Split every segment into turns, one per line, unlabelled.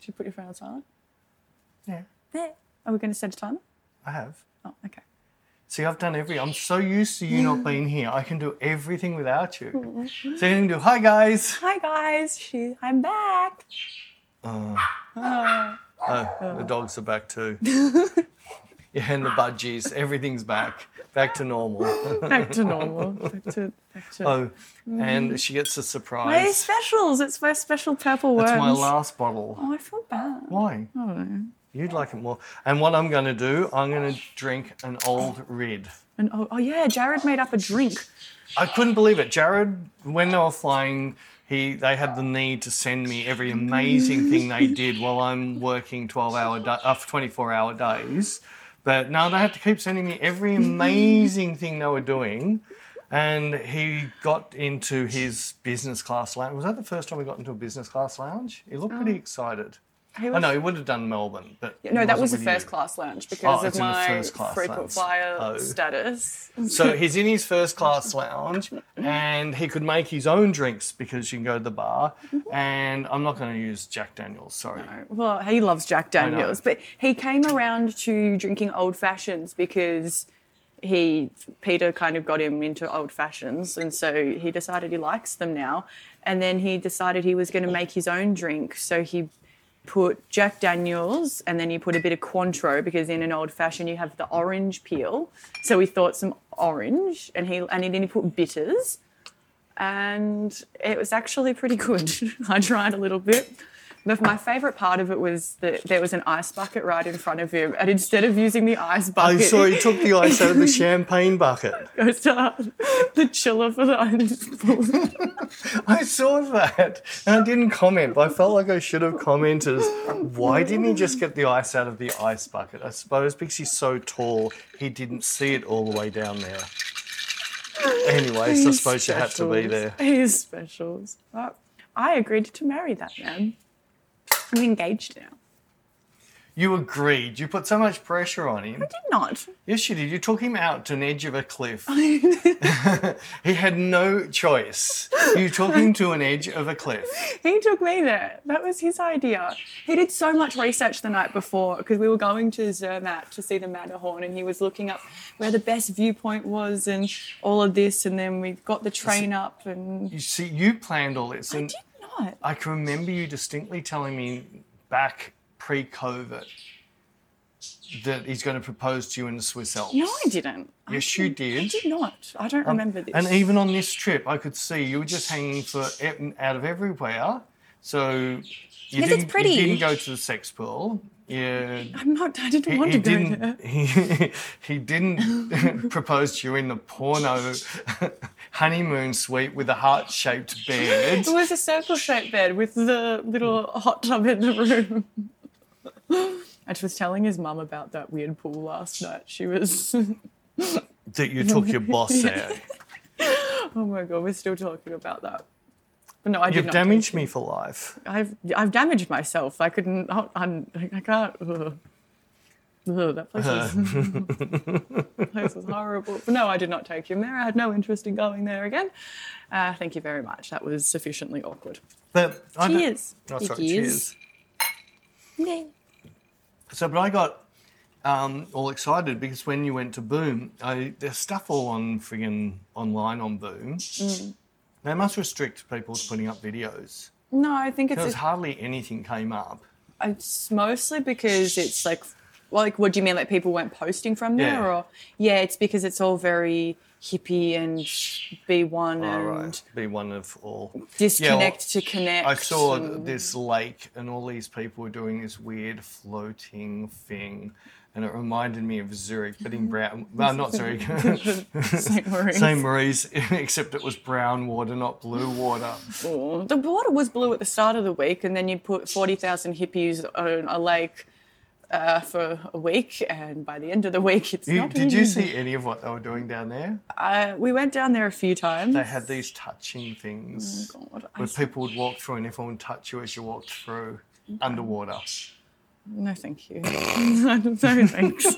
Should you put your phone on silent?
Yeah,
There. Are we going to set a timer?
I have.
Oh, okay.
See, I've done every. I'm so used to you not being here. I can do everything without you. so you can do hi guys.
Hi guys, she, I'm back. Oh.
Oh, the dogs are back too. yeah, and the budgies. Everything's back, back to normal.
back to normal. Back to, back to.
oh, and she gets a
my
surprise.
specials. It's my special purple worms.
It's my last bottle.
oh, I feel bad.
Why?
Oh.
You'd like it more. And what I'm going to do, I'm going to drink an old red.
And oh, oh yeah, Jared made up a drink.
I couldn't believe it. Jared, when they were flying, he they had the need to send me every amazing thing they did while I'm working 12 hour da uh, 24 hour days. But no, they had to keep sending me every amazing thing they were doing. And he got into his business class lounge. Was that the first time we got into a business class lounge? He looked pretty excited.
Oh. He
I know he would have done Melbourne, but
No,
he
that
wasn't
was the
with
first
you.
class lounge because
Oh,
of
it's in the
my
first class
frequent
lounge.
flyer
Oh.
status.
So he's in his first class lounge and he could make his own drinks because you can go to the bar. And I'm not going to use Jack Daniels, sorry.
Well, he loves Jack
know.
Daniels, but he came around to drinking old fashions because he Peter kind of got him into old fashions, and so he decided he likes them now. And then he decided he was going to make his own drink, so he put Jack Daniels and then you put a bit of Cointreau because in an old fashioned you have the orange peel. So he thought some orange and he and then he put bitters and it was actually pretty good. I tried a little bit. But my favourite part of it was that there was an ice bucket right in front of him, and instead of using the ice
I
bucket,
saw he took the ice out of the champagne bucket.
goes to the chiller for the ice.
I saw that and I didn't comment, but I felt like I should have commented. Why didn't he just get the ice out of the ice bucket? I suppose because he's so tall, he didn't see it all the way down there. Anyways, I suppose you had to be there.
His specials. But I agreed to marry that man. I'm engaged now.
You agreed. You put so much pressure on him.
Did not.
Yes, you did. You took him out to an edge of a cliff. he had no choice. You took him to an edge of a cliff.
He took me there. That was his idea. He did so much research the night before because we were going to Zermatt to see the Matterhorn and he was looking up where the best viewpoint was and all of this. And then we got the train up and.
You see, you planned all this, and
Did not.
I can remember you distinctly telling me back pre-COVID that he's going to propose to you in the Swiss Alps.
No, I didn't.
Yes, you
I
did. Um,
did not. I don't remember this.
And even on this trip, I could see you were just hanging for out of everywhere. So you
it's
didn't, you
pretty.
didn't go to the sex pool. Yeah.
I'm not. I didn't
He-
want
he
to go
didn't,
there.
He, he didn't propose to you in the porno honeymoon suite with a heart shaped bed.
It was a circle shaped bed with the little hot tub in the room. I was telling his mum about that weird pool last night. She was,
That you took your boss out.
oh my god, we're still talking about that. But no, I did
You've
not.
damaged me for life.
I've I've damaged myself. I couldn't. I, I'm- I can't. Ugh. Ugh, that place was, that place was horrible. But no, I did not take him there. I had no interest in going there again. Uh, thank you very much. That was sufficiently awkward.
But I don't-
Cheers.
Oh, sorry,
Cheers.
cheers. So, but I got um, all excited because when you went to Boom, I, there's stuff all on friggin' online on Boom. They must restrict people to putting up videos.
No, I think it's
Because
a-
hardly anything came up.
It's mostly because it's like, well, like, what do you mean? Like people weren't posting from there,
Yeah.
or yeah, it's because it's all very hippie and be one
All
and
right. Be one of all.
disconnect to connect.
I saw
and-
this lake, and all these people were doing this weird floating thing, and it reminded me of Zurich, but in brown. Well, not Zurich,
Saint Maurice.
St. Marie's, except it was brown water, not blue water.
Oh, The water was blue at the start of the week, and then you put forty thousand hippies on a lake. Uh, for a week, and by the end of the week, it's
You-
not.
did you
really-
see any of what they were doing down there?
I, we went down there a few times.
They had these touching things
God, I
where people would walk through, and everyone would touch you as you walked through underwater.
No, thank you. no, thanks.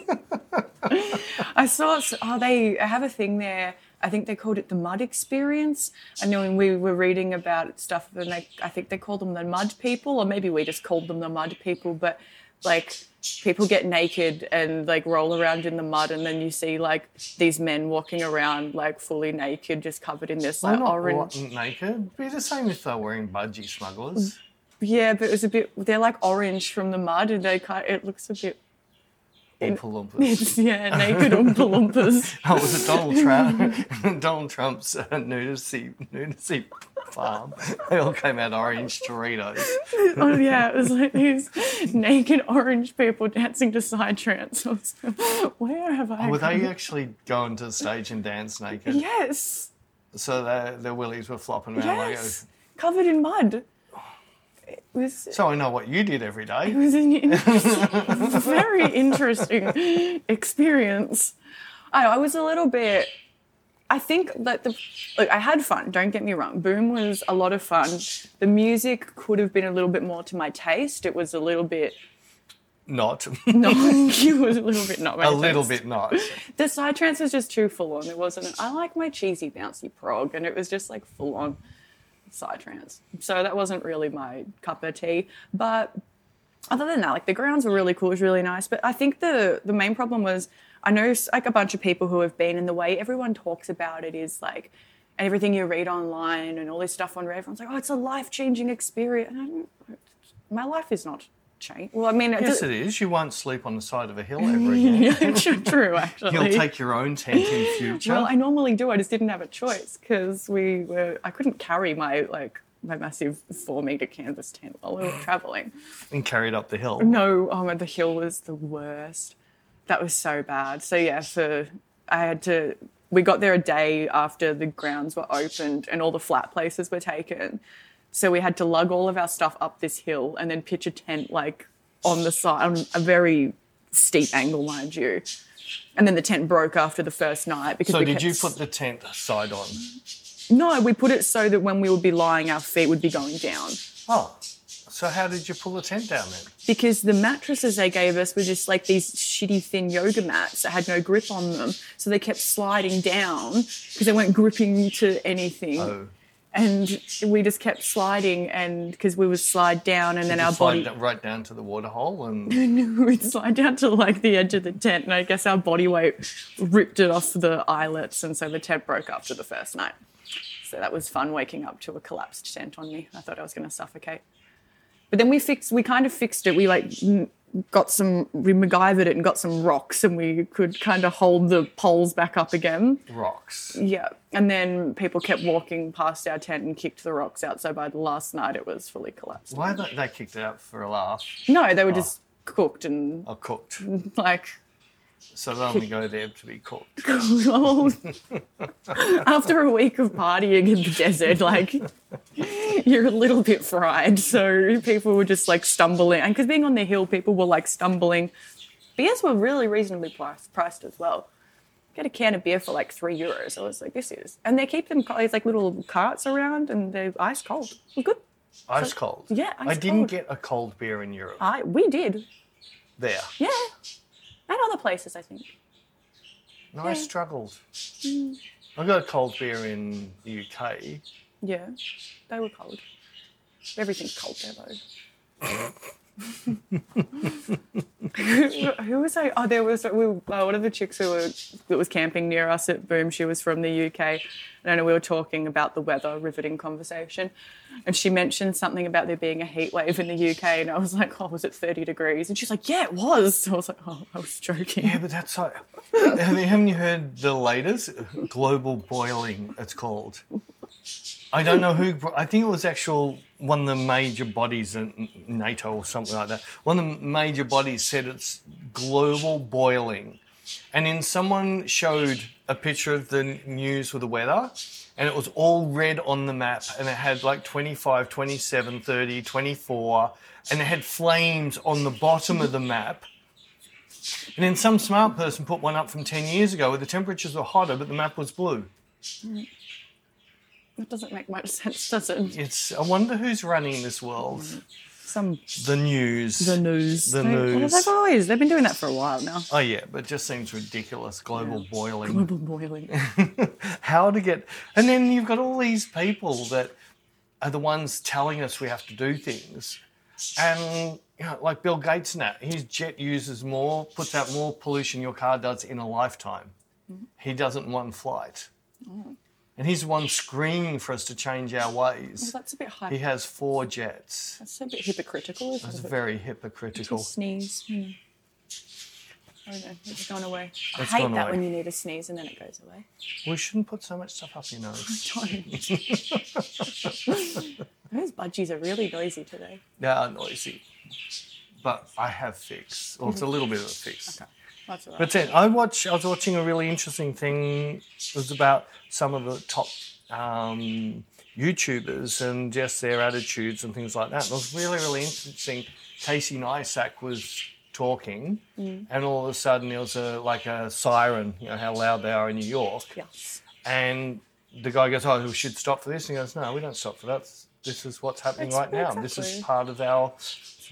I saw. Oh, they have a thing there I think they called it the mud experience. I know when we were reading about stuff, and they, I think they called them the mud people, or maybe we just called them the mud people, but like people get naked and like roll around in the mud and then you see like these men walking around like fully naked just covered in this
They're
like
not
orange
wa- naked. Be the same if they're wearing budgie smugglers.
Yeah, but it was a bit. They're like orange from the mud, and they kind. It looks a bit.
Oompa Loompas.
Mm. It's, yeah, naked oompa loompas.
Oh, was it Donald Trump? Donald Trump's uh, nudity, nudity farm. They all came out orange Doritos.
Oh yeah, it was like these naked orange people dancing to side trance. I was like, Where have I?
Were
come-
they actually going to the stage and dance naked?
Yes,
So their, their willies were flopping around
yes, covered in mud. It was.
like, so I know what you did every
It
day.
was an in- very interesting experience. I, I was a little bit. I think that the look, I had fun. Don't get me wrong. Boom was a lot of fun. The music could have been a little bit more to my taste. It was a little bit.
Not.
No, it was a little bit not my
a little
taste.
bit not.
The side trance was just too full on. It wasn't. I like my cheesy bouncy prog, and it was just like full on side trance. So that wasn't really my cup of tea. But other than that, like the grounds were really cool. It was really nice. But I think the the main problem was I know s- like a bunch of people who have been, and the way everyone talks about it is like. And everything you read online and all this stuff on Reddit, everyone's like, "Oh, it's a life-changing experience." And I don't, my life is not changed. Well, I mean, it
Yes,
does-
it is. You won't sleep on the side of a hill ever again.
true, actually.
You'll take your own tent in future.
Well, I normally do. I just didn't have a choice because we were. I couldn't carry my like my massive four meter canvas tent while we were traveling.
and carried up the hill.
No, oh my, the hill was the worst. That was so bad. So yeah, for I had to. We got there a day after the grounds were opened and all the flat places were taken. So we had to lug all of our stuff up this hill and then pitch a tent like on the side on a very steep angle, mind you. And then the tent broke after the first night because
So
we
did
kept
you put the tent side on?
no, we put it so that when we would be lying, our feet would be going down.
Oh, so how did you pull the tent down then?
Because the mattresses they gave us were just like these shitty thin yoga mats that had no grip on them. So they kept sliding down because they weren't gripping to anything.
Oh,
And we just kept sliding and because we would slide down and then our
you slide
body
d right down to the waterhole and
we'd slide down to like the edge of the tent and I guess our body weight ripped it off the eyelets and so the tent broke after the first night. So that was fun waking up to a collapsed tent on me. I thought I was going to suffocate. But then we fixed, we kind of fixed it. We like m- got some, we MacGyvered it and got some rocks and we could kind of hold the poles back up again.
rocks.
Yeah. And then people kept walking past our tent and kicked the rocks out. So by the last night it was fully collapsed.
Why they, they kicked it out for a laugh?
No, they were just cooked and
Or cooked.
like
So they only go there to be cooked.
Lol. After a week of partying in the desert, like you're a little bit fried. So people were just like stumbling, and because being on the hill, people were like stumbling. Beers were really reasonably priced, priced as well. Get a can of beer for like three euros. I was like, this is, and they keep them co- it's like little carts around, and they're ice cold. Well, good.
Ice cold.
yeah, ice
I didn't
cold.
get a cold beer in Europe.
I we did,
there.
yeah, and other places I think.
No, I struggled.
Mm.
I got a cold beer in the UK.
Yeah, they were cold. Everything's cold there though. who, who was I? Oh, there was we, uh, one of the chicks who were that was camping near us at Boom. She was from the UK, and I know we were talking about the weather, riveting conversation, and she mentioned something about there being a heat wave in the UK, and I was like, oh, was it thirty degrees? And she's like, yeah, it was. So I was like, oh, I was joking.
Yeah, but that's like. Have you- haven't you heard the latest? Global boiling, it's called. I don't know who. I think it was actual one of the major bodies in NATO or something like that. One of the major bodies said it's global boiling, and then someone showed a picture of the news with the weather. And it was all red on the map, and it had like 25, 27, 30, 24, and it had flames on the bottom of the map. And then some smart person put one up from 10 years ago where the temperatures were hotter, but the map was blue.
That doesn't make much sense, does it?
It's, I wonder who's running this world.
Some
The news.
the news.
The
They- well,
news.
they've always they've been doing that for a while now.
Oh yeah, but it just seems ridiculous. Global boiling.
Global boiling.
how to get and then you've got all these people that are the ones telling us we have to do things and you know, like bill gates and that his jet uses more puts out more pollution your car does in a lifetime he does it in one flight and he's the one screaming for us to change our ways
That's a bit
he
hype.
has four jets
That's a bit hypocritical, isn't
it's
it?
very
You
hypocritical
sneeze. Hmm. I don't know. It's gone away. I
It's
hate
gone
that
away.
when you need a sneeze and then it goes away.
we shouldn't put so much stuff up your nose
Those budgies are really noisy today.
they are noisy but i have fix or it's a little bit of a fix
That's all right.
But uh, then I watch. I was watching a really interesting thing. It was about some of the top um, YouTubers and just their attitudes and things like that. And it was really, really interesting. Casey Neistat was talking, and all of a sudden there was a like a siren. You know how loud they are in New York.
yes.
And the guy goes, "Oh, we should stop for this." And he goes, "No, we don't stop for that. This is what's happening
It's-
right now. This is
exactly.
part of our.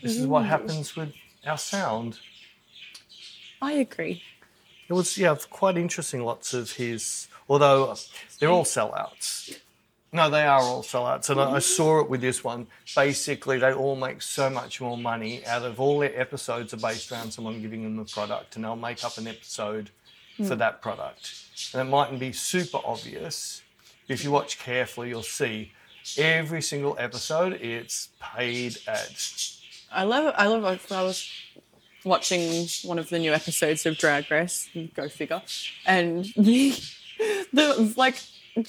This is what happens with our sound."
I agree.
It was yeah, quite interesting. Lots of his, although they're all sellouts. No, they are all sellouts, and I, I saw it with this one. Basically, they all make so much more money out of all their episodes are based around someone giving them a product, and they'll make up an episode for that product, and it mightn't be super obvious. If you watch carefully, you'll see every single episode. It's paid ads.
I love. I love. like, I was watching one of the new episodes of Drag Race. Go figure. And the the like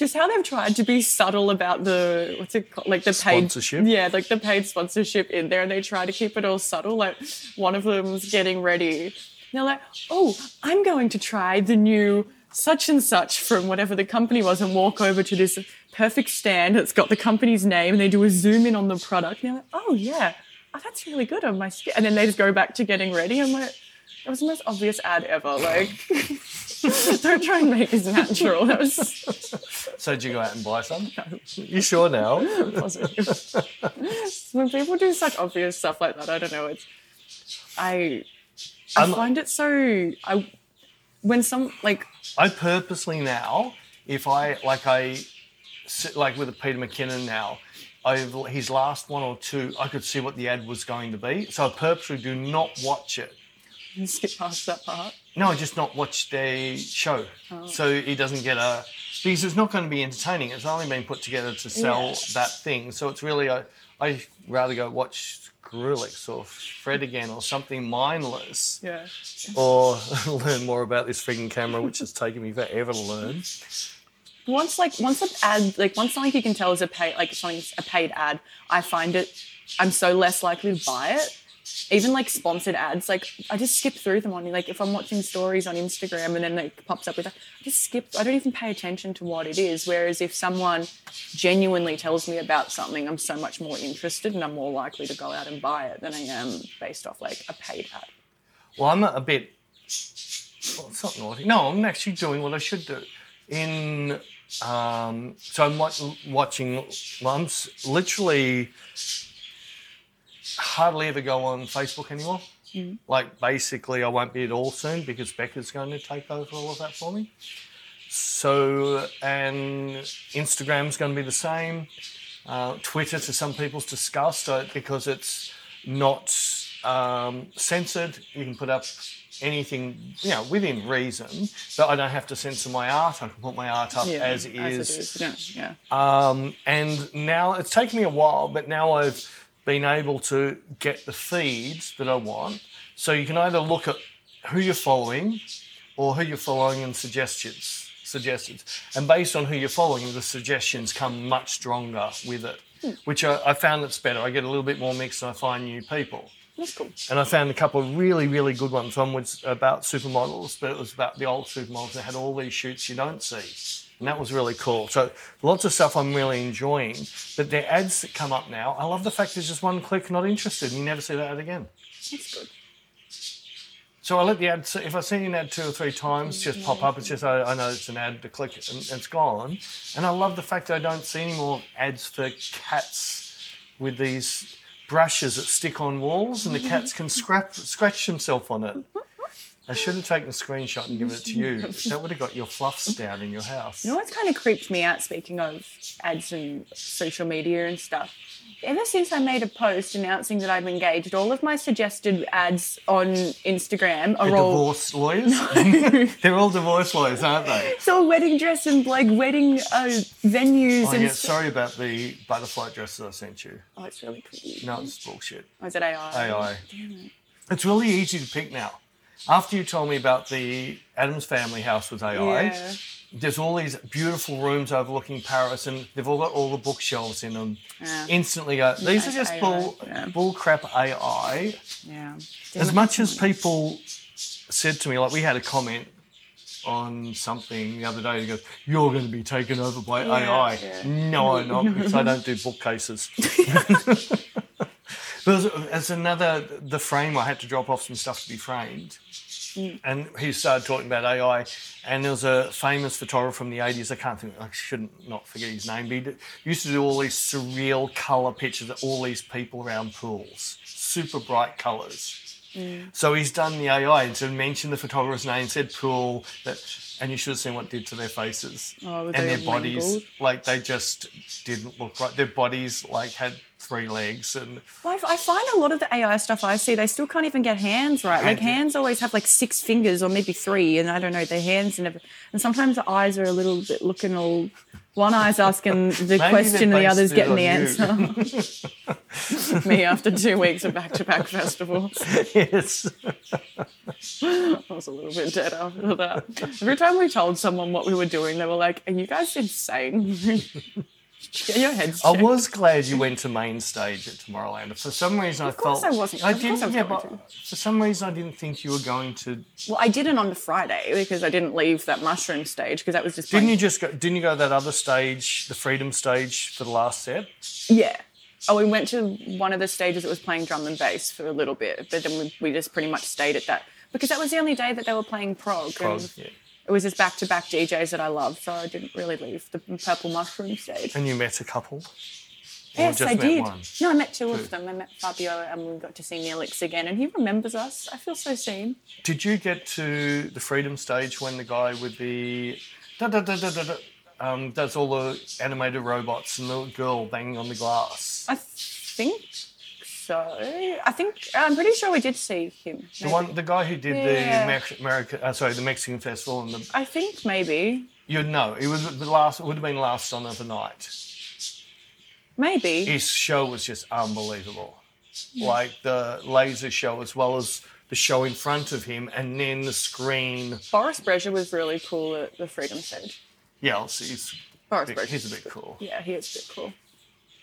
just how they've tried to be subtle about the what's it called like the paid
Sponsorship?
Yeah, like the paid sponsorship in there, and they try to keep it all subtle. Like one of them's getting ready. and They're like, oh, I'm going to try the new such and such from whatever the company was and walk over to this perfect stand that's got the company's name and they do a zoom in on the product and they're like, oh yeah, oh, that's really good on my skin. And then they just go back to getting ready. I'm like, it was the most obvious ad ever. Like, don't try and make this natural. That was
So did you go out and buy some? You sure now?
positive. when people do such obvious stuff like that, I don't know. It's I I
I'm-
find it so I when some like
I purposely now, if I like I sit like with a Peter McKinnon now, I've his last one or two, I could see what the ad was going to be. So I purposely do not watch it.
you skip past that part.
No, I just not watch the show. So he doesn't get a because it's not going to be entertaining. It's only been put together to sell
Yeah.
that thing. So it's really I I rather go watch Skrillex or Fred again or something mindless
Yeah.
or learn more about this freaking camera, which has taken me forever to learn.
Once like once an ad like once something you can tell is a paid like something's a paid ad, I find it I'm so less likely to buy it. Even like sponsored ads, like I just skip through them on like if I'm watching stories on Instagram and then it pops up with that, I just skip. I don't even pay attention to what it is. Whereas if someone genuinely tells me about something, I'm so much more interested and I'm more likely to go out and buy it than I am based off like a paid ad.
Well, I'm a bit. Well, it's not naughty. No, I'm actually doing what I should do. In um, so I'm wa- watching. Well, I'm s- literally hardly ever go on Facebook anymore. Like basically, I won't be at all soon because Becca's going to take over all of that for me. So and Instagram's going to be the same. Uh, Twitter, to some people's disgust, uh, because it's not um, censored. You can put up anything, you know, within reason. But I don't have to censor my art. I can put my art up as it is.
it is. Yeah. yeah.
Um, and now it's taken me a while, but now I've been able to get the feeds that I want. So you can either look at who you're following or who you're following and suggestions. Suggestions. And based on who you're following, the suggestions come much stronger with it, which I, I found it's better. I get a little bit more mixed and I find new people
That's cool.
and I found a couple of really, really good ones. One was about supermodels, but it was about the old supermodels that had all these shoots you don't see. And that was really cool. So lots of stuff I'm really enjoying. But the ads that come up now, I love the fact there's just one click, not interested, and you never see that ad again.
That's good.
So I let the ad, if I see an ad two or three times, just pop up. It's just, I, I know it's an ad to click it and it's gone. And I love the fact that I don't see any more ads for cats with these brushes that stick on walls, and the cats can scrap, scratch themselves on it. I should have taken a screenshot and given it to you. That would have got your fluffs down in your house.
You know what's kind of creeped me out, speaking of ads and social media and stuff? Ever since I made a post announcing that I'm engaged, all of my suggested ads on Instagram are
They're
all.
divorce lawyers? They're all divorce lawyers, aren't they?
It's all wedding dress and like wedding uh, venues
Oh,
and.
yeah, sorry about the butterfly dresses I sent you.
Oh, it's really pretty.
No, it's bullshit.
Oh, is it AI?
AI. It's really easy to pick now. After you told me about the Adams family house with AI,
Yeah.
there's all these beautiful rooms overlooking Paris, and they've all got all the bookshelves in them.
Yeah.
Instantly go, these are
Nice
just
AI,
bull,
yeah.
bull crap AI.
Yeah.
As much as people said to me, like we had a comment on something the other day, he goes, You're going to be taken over by AI.
yeah.
No, I'm not, because I don't do bookcases. There's, there's another, the frame, I had to drop off some stuff to be framed. And he started talking about AI. And there was a famous photographer from the 80s, I can't think, I shouldn't not forget his name, but he d- used to do all these surreal colour pictures of all these people around pools, super bright colours.
Mm.
So he's done the AI and so mentioned the photographer's name, said pool, that, and you should have seen what it did to their faces
Oh, were
and
they
their bodies.
mangled?
Like they just didn't look right. Their bodies like had three legs and
Well, I I find a lot of the AI stuff I see, they still can't even get hands right. Like
Hands, yeah.
hands always have like six fingers or maybe three, and I don't know their hands and everything. And sometimes the eyes are a little bit looking all. One eye's asking the
they're
question, and the
based
other's
it
getting
on
the
you.
answer. Me after two weeks of back-to-back festivals,
yes.
I was a little bit dead after that. Every time we told someone what we were doing, they were like, "Are you guys insane? get your heads
I
checked."
was glad you went to main stage at Tomorrowland. For some reason, I
course
felt
I wasn't.
I
Of course
didn't.
I was
yeah,
going
but for some reason, I didn't think you were going to.
well, I didn't on the Friday because I didn't leave that mushroom stage because that was just
Didn't
playing
you just go? Didn't you go to that other stage, the Freedom stage, for the last set?
Yeah. Oh, we went to one of the stages that was playing drum and bass for a little bit, but then we, we just pretty much stayed at that because that was the only day that they were playing prog.
Prog,
and
yeah.
It was just back to back DJs that I love, so I didn't really leave the Purple Mushroom stage.
And you met a couple.
yes,
just
I
met
did.
one?
No, I met two, of
Two.
them. I met Fabio and we got to see Neelix again, and he remembers us. I feel so seen.
Did you get to the freedom stage when the guy with the da da da da da, da um, does all the animated robots and the girl banging on the glass?
I think so. I think, I'm pretty sure we did see him.
The one, the guy who did
Yeah.
the Mex- America, uh, sorry, the Mexican festival, and the
I think maybe.
you know, it was the last. It would have been last on of the night.
Maybe.
His show was just unbelievable, like the laser show as well as the show in front of him, and then the screen.
Boris Brejcha was really cool at the Freedom Stage.
Yeah, he's
Boris
big,
Brejcha.
he's a bit cool.
Yeah, he is a bit cool.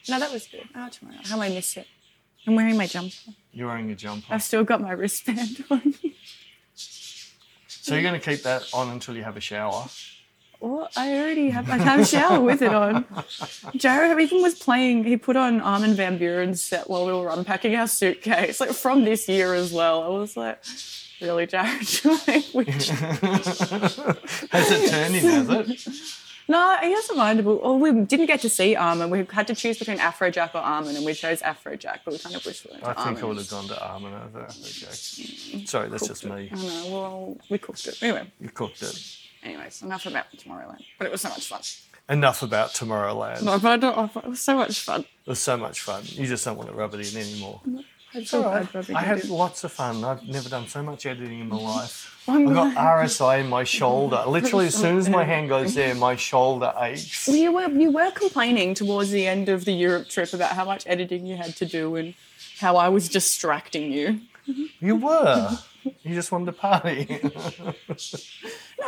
No, that was good. Oh, tomorrow. How I missed it. I'm wearing my jumper.
You're wearing a jumper.
I've still got my wristband on.
So you're going to keep that on until you have a shower.
Well, I already have my time shower with it on. Jared even was playing, he put on Armin Van Buren's set while we were unpacking our suitcase, like from this year as well. I was like, really, Jared? Like, which-
Has it turned in, has it?
no, he doesn't mind. Well, oh, we didn't get to see Armin. We had to choose between Afrojack or Armin, and we chose Afrojack, but we kind of wish we went to
I think
Armin. Mm-hmm.
I would have gone to Armin over. Okay. Sorry, that's just me.
I know. Well, we cooked it. Anyway,
You cooked it.
anyways, enough about Tomorrowland. But it was so much fun.
Enough about Tomorrowland.
No, but I don't, it was so much fun.
It was so much fun. You just don't want to rub it in anymore.
I feel bad for everything
I had
did.
lots of fun. I've never done so much editing in my life.
Oh, no.
I've got RSI in my shoulder. Literally, as soon as my hand goes there, my shoulder aches.
You were you were complaining towards the end of the Europe trip about how much editing you had to do and how I was distracting you.
You were. You just wanted to party.
No,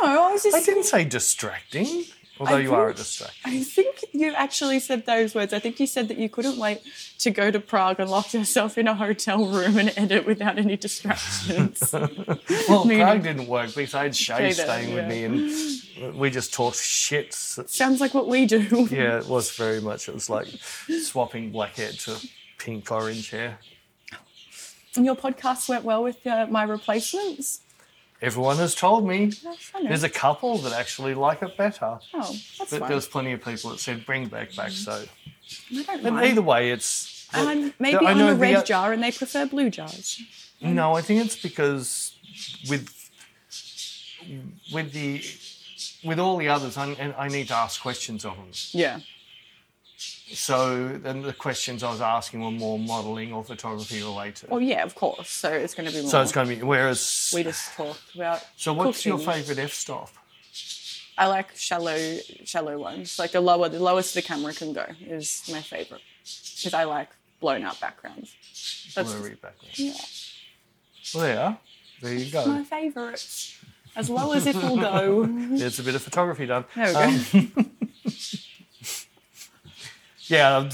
I was just.
I didn't say distracting, although you are a distraction.
I think you actually said those words. I think you said that you couldn't wait to go to Prague and lock yourself in a hotel room and edit without any distractions.
Well,
Meaning-
Prague didn't work because I had Shay
Shay there,
staying with
yeah.
me and we just talked shit. So-
Sounds like what we do.
Yeah, it was very much. It was like swapping black hair to pink orange hair.
And your podcast went well with uh, my replacements.
Everyone has told me
I know.
there's a couple that actually like it better.
Oh, that's
But
fine.
there was plenty of people that said bring back back so.
I don't
And
mind.
either way, it's
And maybe
I
I'm a
know the
red
o-
jar and they prefer blue jars.
No, I think it's because with with the with all the others, I'm, and I need to ask questions of them.
Yeah.
So, and the questions I was asking were more modelling or photography related.
Well, yeah, of course. So it's going to be more.
So it's going to be whereas.
we just talked about.
so what's your
cooking.
favourite f-stop?
I like shallow, shallow ones. Like the lower, the lowest the camera can go is my favorite because I like blown out backgrounds. That's
Blurry background.
yeah,
Well, there, there you go.
my favorite. As low as it will go.
There's a bit of photography done. Um,
There we go.
Yeah, um,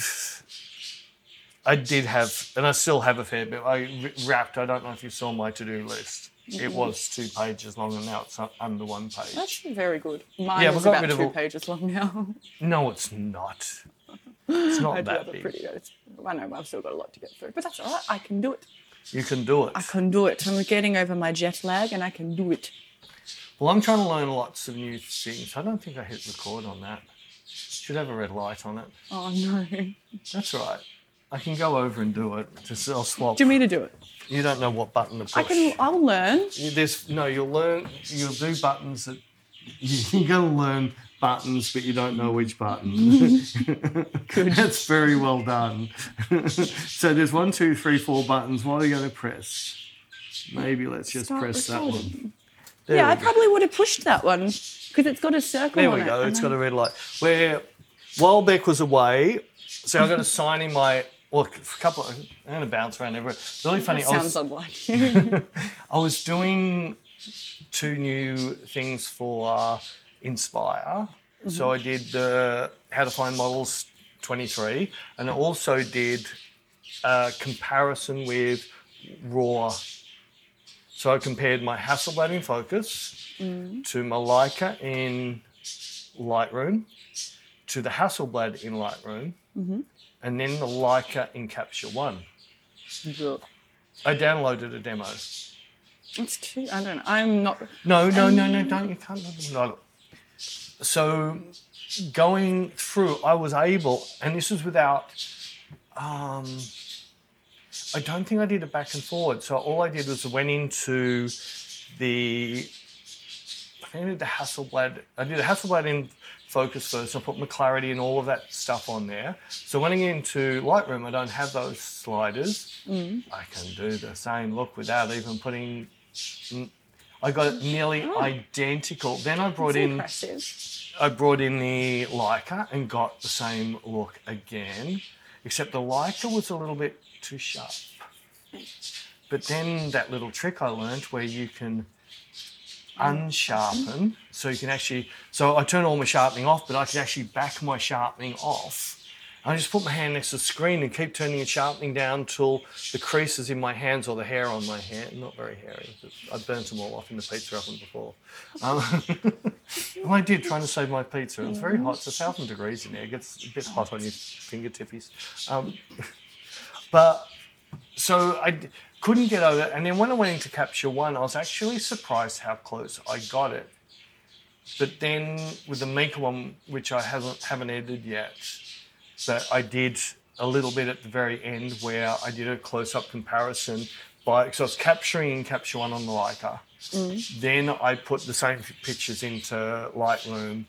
I did have, and I still have a fair bit. I wrapped. I don't know if you saw my to-do list.
Mm-hmm.
It was two pages long, and now it's u- under one page.
That's very good. Mine
Yeah,
is
we got
about
rid of
two
all-
pages long now.
No, it's not. It's not
I do have
that
a
big.
pretty good. I know I've still got a lot to get through, but that's all right. I can do it.
You can do it.
I can do it. I'm getting over my jet lag, and I can do it.
Well, I'm trying to learn lots of new things. I don't think I hit record on that. Should have a red light on it.
Oh no! Do
That's all right. I can go over and do it. Just I'll swap.
you mean to do it?
You don't know what button to push.
I can. I'll learn.
You- There's no. You'll learn. You'll do buttons that you're going to learn buttons, but you don't know which button. That's very well done. so there's one, two, three, four buttons. What are you going to press? Maybe let's just
Start
press that
recording.
one. There
yeah,
we
I
go.
probably would have pushed that one because it's got a circle
There
on
we
it.
go.
and
It's
I-
got a red light. Where while Beck was away, so I got to sign in my. Well, a couple. Of, I'm going to bounce around everywhere. Really funny. I was-
Sounds unlike you.
I was doing two new things for uh, Inspire. So I did the How to Find Models 23, and I also did a comparison with Raw. So I compared my Hasselblad in Focus to my Leica in Lightroom, to the Hasselblad in Lightroom, and then the Leica in Capture One. I downloaded a demo.
It's too. I don't know. I'm not.
No, no, no, no, don't. You can't. No, no. So going through, I was able, and this is without. Um, I don't think I did it back and forward. So all I did was I went into the. I think I did the Hasselblad. I did a Hasselblad in focus first. I put my clarity and all of that stuff on there. So when I get into Lightroom, I don't have those sliders. I can do the same look without even putting. mm, I got it nearly identical. Then I brought in.
Impressive.
I brought in the Leica and got the same look again, except the Leica was a little bit too sharp. But then that little trick I learned where you can unsharpen, so you can actually, so I turn all my sharpening off, but I can actually back my sharpening off. I just put my hand next to the screen and keep turning and sharpening down till the creases in my hands or the hair on my hand, not very hairy, but I burnt them all off in the pizza oven before. Um, Well, I did, trying to save my pizza. It was very hot. It's a thousand degrees in there. It gets a bit hot on your finger tippies. Um, but so I d- couldn't get over it. And then when I went into Capture One, I was actually surprised how close I got it. But then with the Mika one, which I haven't haven't edited yet, that I did a little bit at the very end where I did a close up comparison by because I was capturing in Capture One on the Leica. Then I put the same pictures into Lightroom,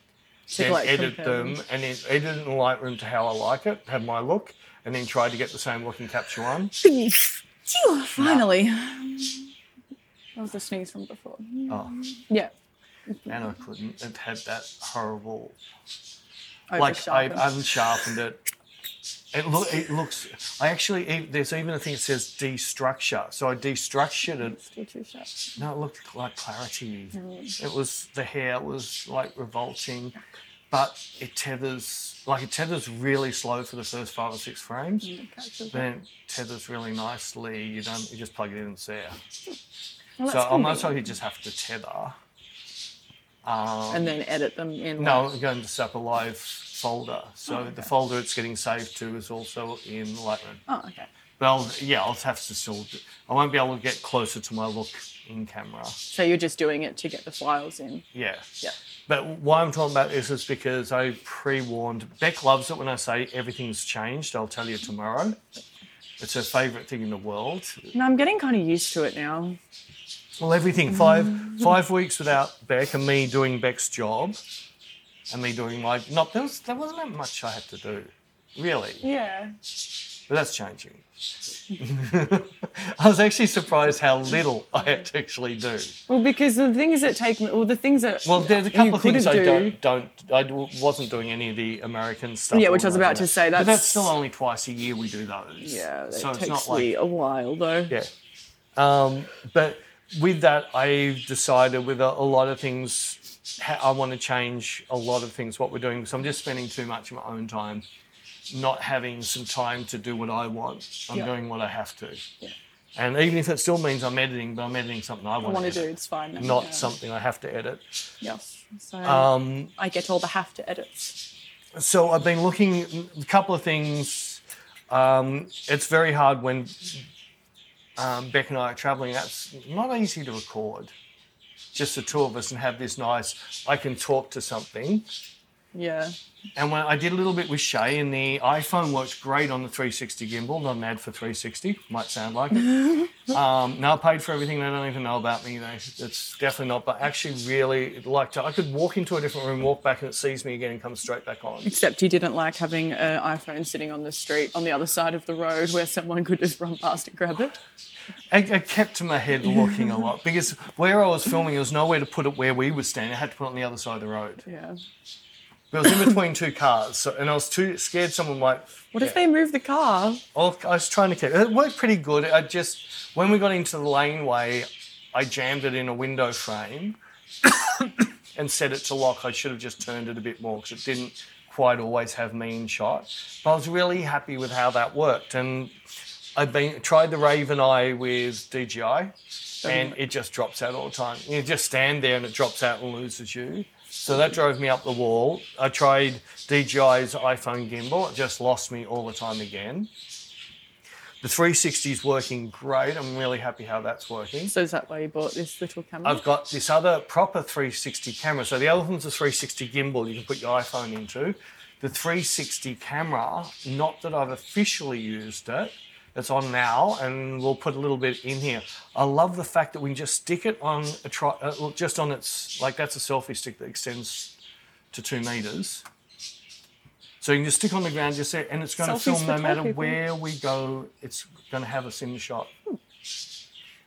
then
like,
edit
compare
them, and then edit in Lightroom to how I like it, have my look, and then try to get the same look in Capture One.
Phew, finally. That was the sneeze from before.
Oh,
Yeah.
and I couldn't. It had that horrible,
I
like
just
I
sharpened.
unsharpened it. It, loo- it looks. I actually e- there's even a thing that says destructure. So I destructured it.
Still too sharp.
No, it looked like clarity.
Mm.
It was the hair was like revolting, but it tethers like it tethers really slow for the first five or six frames.
Mm. Catches it.
Then it tethers really nicely. You don't. You just plug it in. It's there.
Well,
So
that's
almost like
convenient.
you just have to tether.
and then edit them in.
No, I'm going to set up a live folder.
Oh,
So the folder it's getting saved to is also in Lightroom.
Oh, okay.
But I'll, yeah, I'll have to still. do- I won't be able to get closer to my look in camera.
So you're just doing it to get the files in.
Yeah.
Yeah.
But why I'm talking about this is because I pre warned. Beck loves it when I say everything's changed. I'll tell you tomorrow. It's her favorite thing in the world.
No, I'm getting kind of used to it now.
Well, everything. Five five weeks without Beck and me doing Beck's job, and me doing my not there was there wasn't that much I had to do, really.
Yeah.
But that's changing. I was actually surprised how little I had to actually do.
Well, because the things that take me, well, the things that
Well, there's a
you
couple of things
couldn't
I
do-
don't, don't I do- wasn't doing any of the American stuff.
Yeah, which I was
or
about to
whatever.
say,
but that's
that's-
still only twice a year we do those.
Yeah, that
so it's
takes
not like
me a while though.
yeah. Um, but with that, I've decided with a, a lot of things, ha- I want to change a lot of things, what we're doing, because I'm just spending too much of my own time not having some time to do what I want. I'm
Yeah.
doing what I have to. And even if it still means I'm editing, but I'm editing something I
I
want,
want to do.
edit,
It's fine. Now.
not
yeah.
something I have to edit.
Yeah. So
Um,
I get all the have to edits.
so I've been looking a couple of things. Um, it's very hard when um, Beck and I are traveling. That's not easy to record. Just the two of us and have this nice. I can talk to something.
Yeah.
And when I did a little bit with Shay, and the iPhone works great on the 360 gimbal, not an ad for 360, might sound like it. um, now I paid for everything, they don't even know about me. They, it's definitely not, but actually, really like to. I could walk into a different room, walk back, and it sees me again and comes straight back on.
Except you didn't like having an iPhone sitting on the street on the other side of the road where someone could just run past and grab it.
I, I kept my head looking a lot because where I was filming, there was nowhere to put it where we were standing. I had to put it on the other side of the road.
Yeah.
But it was in between two cars, so, and I was too scared someone might.
What if they move the car?
Oh, I was trying to keep it. worked pretty good. I just, when we got into the laneway, I jammed it in a window frame and set it to lock. I should have just turned it a bit more because it didn't quite always have me in shot. But I was really happy with how that worked. And I've been tried the Raven Eye with DJI, and it just drops out all the time. You just stand there and it drops out and loses you. So that drove me up the wall. I tried DJI's iPhone gimbal; it just lost me all the time again. The 360 is working great. I'm really happy how that's working.
So is that why you bought this little camera?
I've got this other proper 360 camera. So the other one's a 360 gimbal you can put your iPhone into. The 360 camera, not that I've officially used it, it's on now, and we'll put a little bit in here. I love the fact that we can just stick it on a tri- uh, well, just on its like that's a selfie stick that extends to two meters. So you can just stick on the ground, just there, and it's going
Selfies
to film
for
no
tall
matter
people.
where we go. It's going to have us in the shot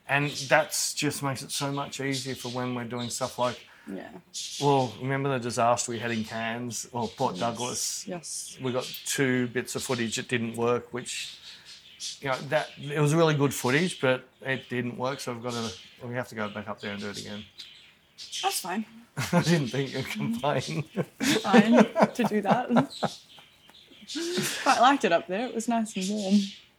and that's just makes it so much easier for when we're doing stuff like
yeah.
well remember the disaster we had in cairns or port douglas
Yes.
we got two bits of footage that didn't work which you know that it was really good footage but it didn't work so i've got to we have to go back up there and do it again
That's fine.
i didn't think you'd complain
Fine to do that. Quite liked it up there. It was nice and warm.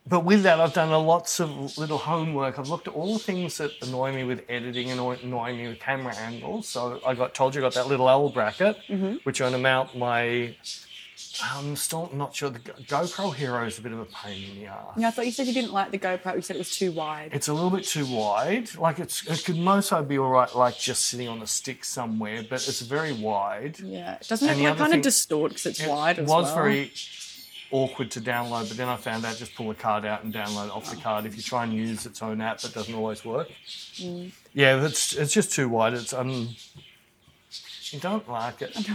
but with that, I've done a lots of little homework. I've looked at all the things that annoy me with editing and annoy- annoy me with camera angles. So I got told you I got that little L bracket, which I'm gonna mount my. I'm still not sure. The Go- GoPro Hero is a bit of a pain in the ass.
Yeah, I thought you said you didn't like the GoPro. You said it was too wide.
It's a little bit too wide. Like it's, it could most I'd be all right, like just sitting on a stick somewhere. But it's very wide.
Yeah, doesn't
And
it
the
like
other
kind of
thing-
distort because it's
It
wide as
was
well?
very awkward to download, but then I found out just pull the card out and download it off the card. If you try and use its own app, it doesn't always work. Yeah, it's it's just too wide. It's um, you don't like it.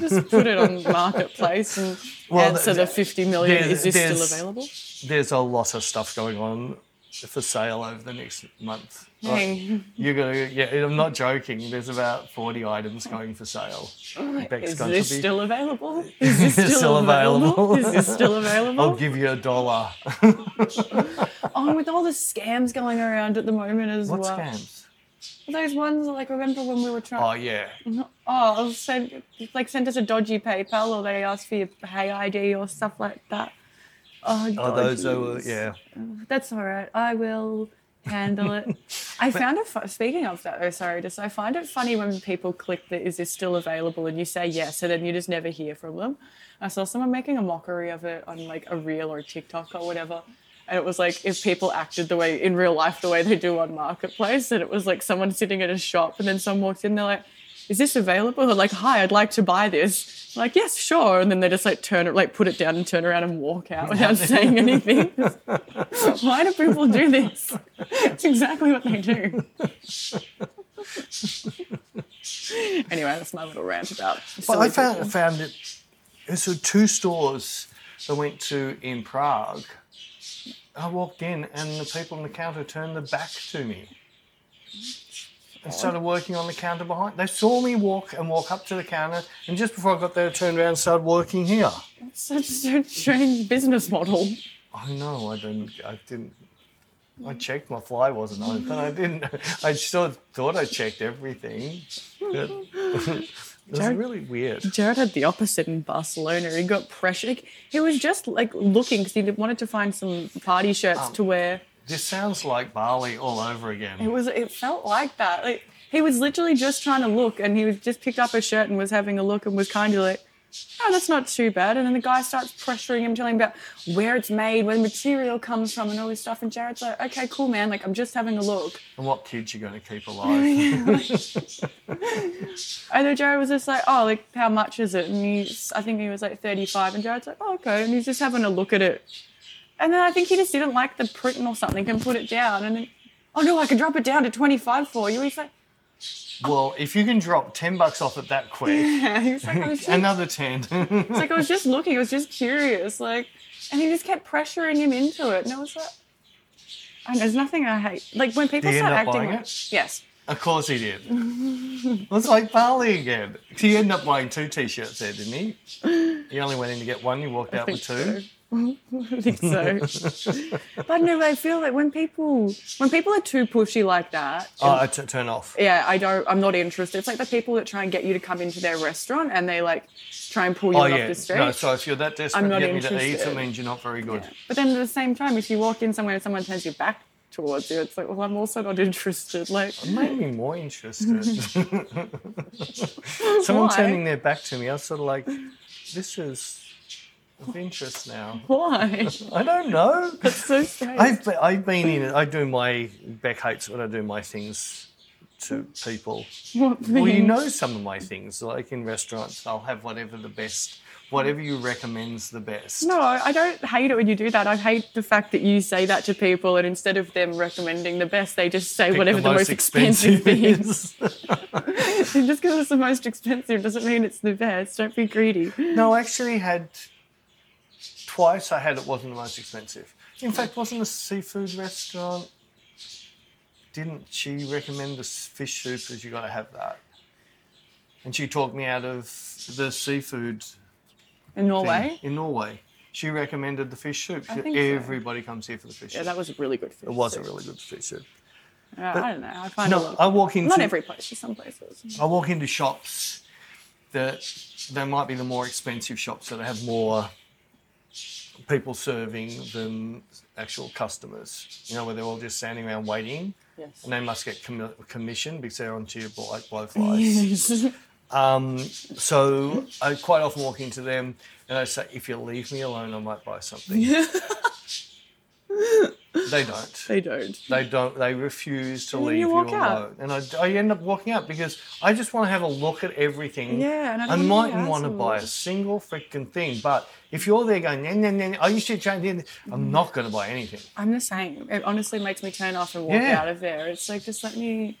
Just put it on marketplace and
Well,
answer the
th-
50 million.
there's-
Is this still
there's-
available?
There's a lot of stuff going on for sale over the next month. Like,
Dang.
you're gonna yeah. I'm not joking. There's about 40 items going for sale. Beck's
Is
going
this
to be-
still available? Is this
It's
still,
still
available?
available.
Is this still
I'll
available?
give you a dollar.
oh, with all the scams going around at the moment as
What
well.
scams?
Those ones, like, remember when we were
Oh
trying.
yeah.
Oh, oh send, like, sent us a dodgy PayPal or they asked for your pay ID or stuff like that. Oh,
Oh, those are
dodgies.
yeah.
That's all right. I will handle it. I found it. Fu- speaking of that, oh sorry, just I find it funny when people click the "Is this still available?" and you say yes, and then you just never hear from them. I saw someone making a mockery of it on like a reel or TikTok or whatever. And it was like if people acted the way in real life the way they do on marketplace, and it was like someone sitting at a shop, and then someone walks in, they're like, "Is this available?" Or like, "Hi, I'd like to buy this." Like, yes, sure. And then they just like turn it, like put it down and turn around and walk out without saying anything. Why do people do this? It's exactly what they do. anyway, that's my little rant about.
But
silly
I found,
people.
found it. So two stores I went to in Prague. I walked in and the people on the counter turned their back to me and started working on the counter behind. They saw me walk and walk up to the counter, and just before I got there, I turned around and started working here.
such a strange business model.
I know. I didn't. I didn't. I checked my fly wasn't open. I didn't. I still thought I checked everything. But it was
Jared-
really weird.
Jared had the opposite in Barcelona. He got pressure. He was just like looking because he wanted to find some party shirts to wear.
This sounds like Bali all over again.
It was. It felt like that. Like, he was literally just trying to look, and he was just picked up a shirt and was having a look, and was kind of like, "Oh, that's not too bad." And then the guy starts pressuring him, telling him about where it's made, where the material comes from, and all this stuff. And Jared's like, "Okay, cool, man. Like, I'm just having a look."
And what kids you're going to keep alive?
And then Jared was just like, "Oh, like how much is it?" And he's, I think he was like 35, and Jared's like, "Oh, okay." And he's just having a look at it, and then I think he just didn't like the print or something and put it down, and then, "Oh no, I can drop it down to 25 for you." He's like,
well, if you can drop ten bucks off it that quick,
"He's like, I was just
another ten.
It's like I was just looking, I was just curious, like, and he just kept pressuring him into it, and I was like, and there's nothing I hate. Like when people
Did he
start
end up
acting,
buying
like, yes,
of course he did. it was like Bali again. He ended up buying two t-shirts there, didn't he? You only went in to get one. You walked out
think
with two.
so. I think so. but no, I feel like when people when people are too pushy like that,
Oh, I t- turn off.
yeah, I don't, I'm not interested. It's like the people that try and get you to come into their restaurant and they like try and pull you
Oh
off
yeah.
the street.
No, so if you're that desperate to
not
get me to eat,
interested.
it means you're not very good.
But then at the same time, if you walk in somewhere and someone turns your back towards you, it's like, well, I'm also not interested. Like,
It made me more interested. Someone
Why?
turning their back to me, I was sort of like, this is of interest now.
why?
I don't know.
so strange.
I've been, I've been in. I do my Beck hates when I do my things to people.
What
Well, you
thing?
know some of my things, like in restaurants, I'll have whatever the best, whatever you recommend's the best.
No, I don't hate it when you do that. I hate the fact that you say that to people, and instead of them recommending the best, they just say
Pick
whatever the most, expensive, thing is.
is.
And just because it's the most expensive doesn't mean it's the best. Don't be greedy.
no, I actually had twice. I had it wasn't the most expensive. In fact, wasn't a seafood restaurant? Didn't she recommend the s- fish soup as you got to have that? And she talked me out of the seafood
In
thing
Norway,
in Norway. She recommended the fish soup.
I
She-
think so.
Everybody comes here for the fish
yeah,
soup.
that was a really good. Fish
it was a
soup.
really good fish soup.
Yeah, I don't know. I find a
No,
lot.
I walk into
not every place, some places.
I walk into shops that they might be the more expensive shops that have more people serving than actual customers. You know, where they're all just standing around waiting,
Yes.
and they must get commi- commission because they're on tier blow- blowflies.
Yes.
um, so I quite often walk into them and I say, "If you leave me alone, I might buy something." they don't.
they don't.
They don't. They refuse to
And then
leave
you
you,
walk
alone,
out.
and I, I end up walking out because I just want to have a look at everything.
Yeah, and I
I
don't wanna be
mightn't want to buy a
assholes.
single freaking thing. But if you're there going, "Nah, nah, nah, nah, are you still trying to?" I'm not going to buy anything.
I'm the same. It honestly makes me turn off and walk
Yeah.
out of there. It's like just let me.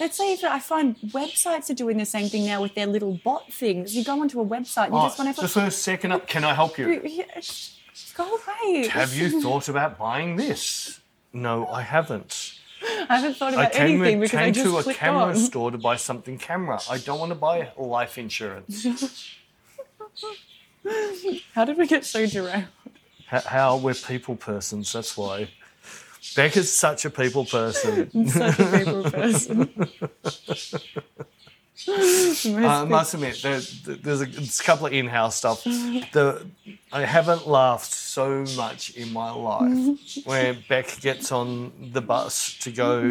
Let's say if I find websites are doing the same thing now with their little bot things. You go onto a website, and you
Oh,
just want to.
the first second up, can I help you?
Go away.
Have you thought about buying this? No, I haven't.
I haven't thought
I
about
came,
anything because I
came
just
to a
clicked
camera
on.
store to buy something camera. I don't want to buy life insurance.
How did we get so derailed?
H- how we're people persons. That's why. Beck is such a people person.
Such a people person.
Uh, I must admit, there's, there's, a, there's a couple of in-house stuff. The I haven't laughed so much in my life where Beck gets on the bus to go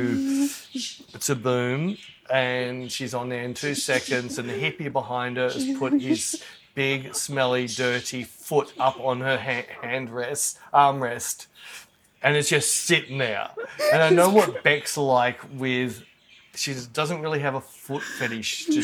to Boom, and she's on there in two seconds, and the hippie behind her has put his big, smelly, dirty foot up on her ha- hand rest, armrest, and it's just sitting there. And I know what Beck's like with she doesn't really have a foot fetish to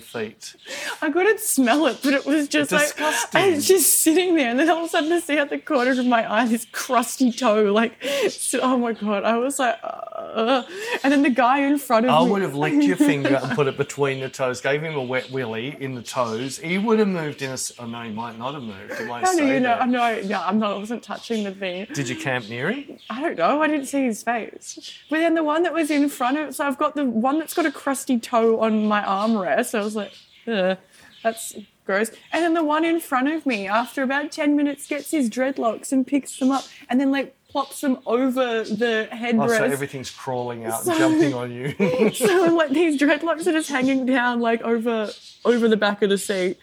feet.
I couldn't smell it, but it was just like I was
Disgusting.
just sitting there, and then all of a sudden I see out the corner of my eye this crusty toe. Like, so- oh my god! I was like, uh, and then the guy in front of
I
me.
would have licked your finger and put it between the toes, gave him a wet willy in the toes. He would have moved in a. s- Oh no, he might not have moved. He might
How do
say
you know?
that.
I know. No, I'm not. I wasn't touching the thing.
Did you camp near him?
I don't know. I didn't see his face. But then the one that was in front of, so I've got the one that's got a crusty toe on my armrest. I was like, Ugh, that's gross. And then the one in front of me, after about ten minutes, gets his dreadlocks and picks them up, and then like plops them over the
Oh, so
headrest.
everything's crawling out
So-
and jumping on you.
so like these dreadlocks are just hanging down like over over the back of the seat.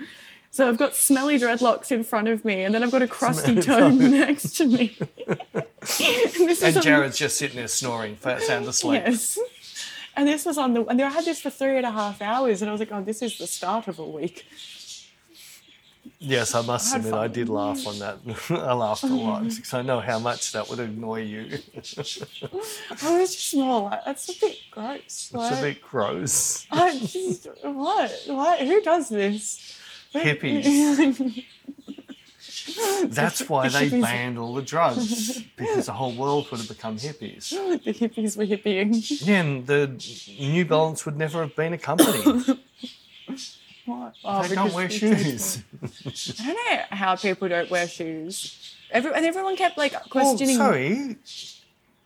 So I've got smelly dreadlocks in front of me, and then I've got a crusty toe next to me. and this is
and
on-
Jared's just sitting there snoring, fat sound asleep.
Yes. And this was on the, and I had this for three and a half hours, and I was like, oh, this is the start of a week.
Yes, I must
Had
admit, I
fun.
did laugh on that. I laughed a lot because I know how much that would annoy you. it's
I was just more like, that's a bit gross. Like,
a bit gross.
I just, what? What? Who does this?
Hippies. That's why they
Hippies.
banned all the drugs because the whole world would have become hippies.
the hippies were hippieing.
Yeah, and the New Balance would never have been a company.
What? Oh,
they don't
because
wear
we did
shoes.
that. I don't know how people don't wear shoes. Every, and everyone kept like
Oh,
questioning.
sorry.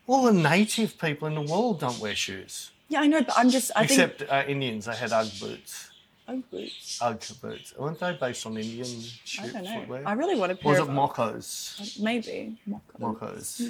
All the native people in the world don't wear shoes.
Yeah, I know, but I'm just. I
Except uh, Indians, they had Ugg boots.
think. Oh, boots.
Ugg boots. Weren't they based on Indian shoe,
I don't know.
footwear?
I really want a
Or
pair
was it
of
Moccos?
maybe Mock-
Moccos.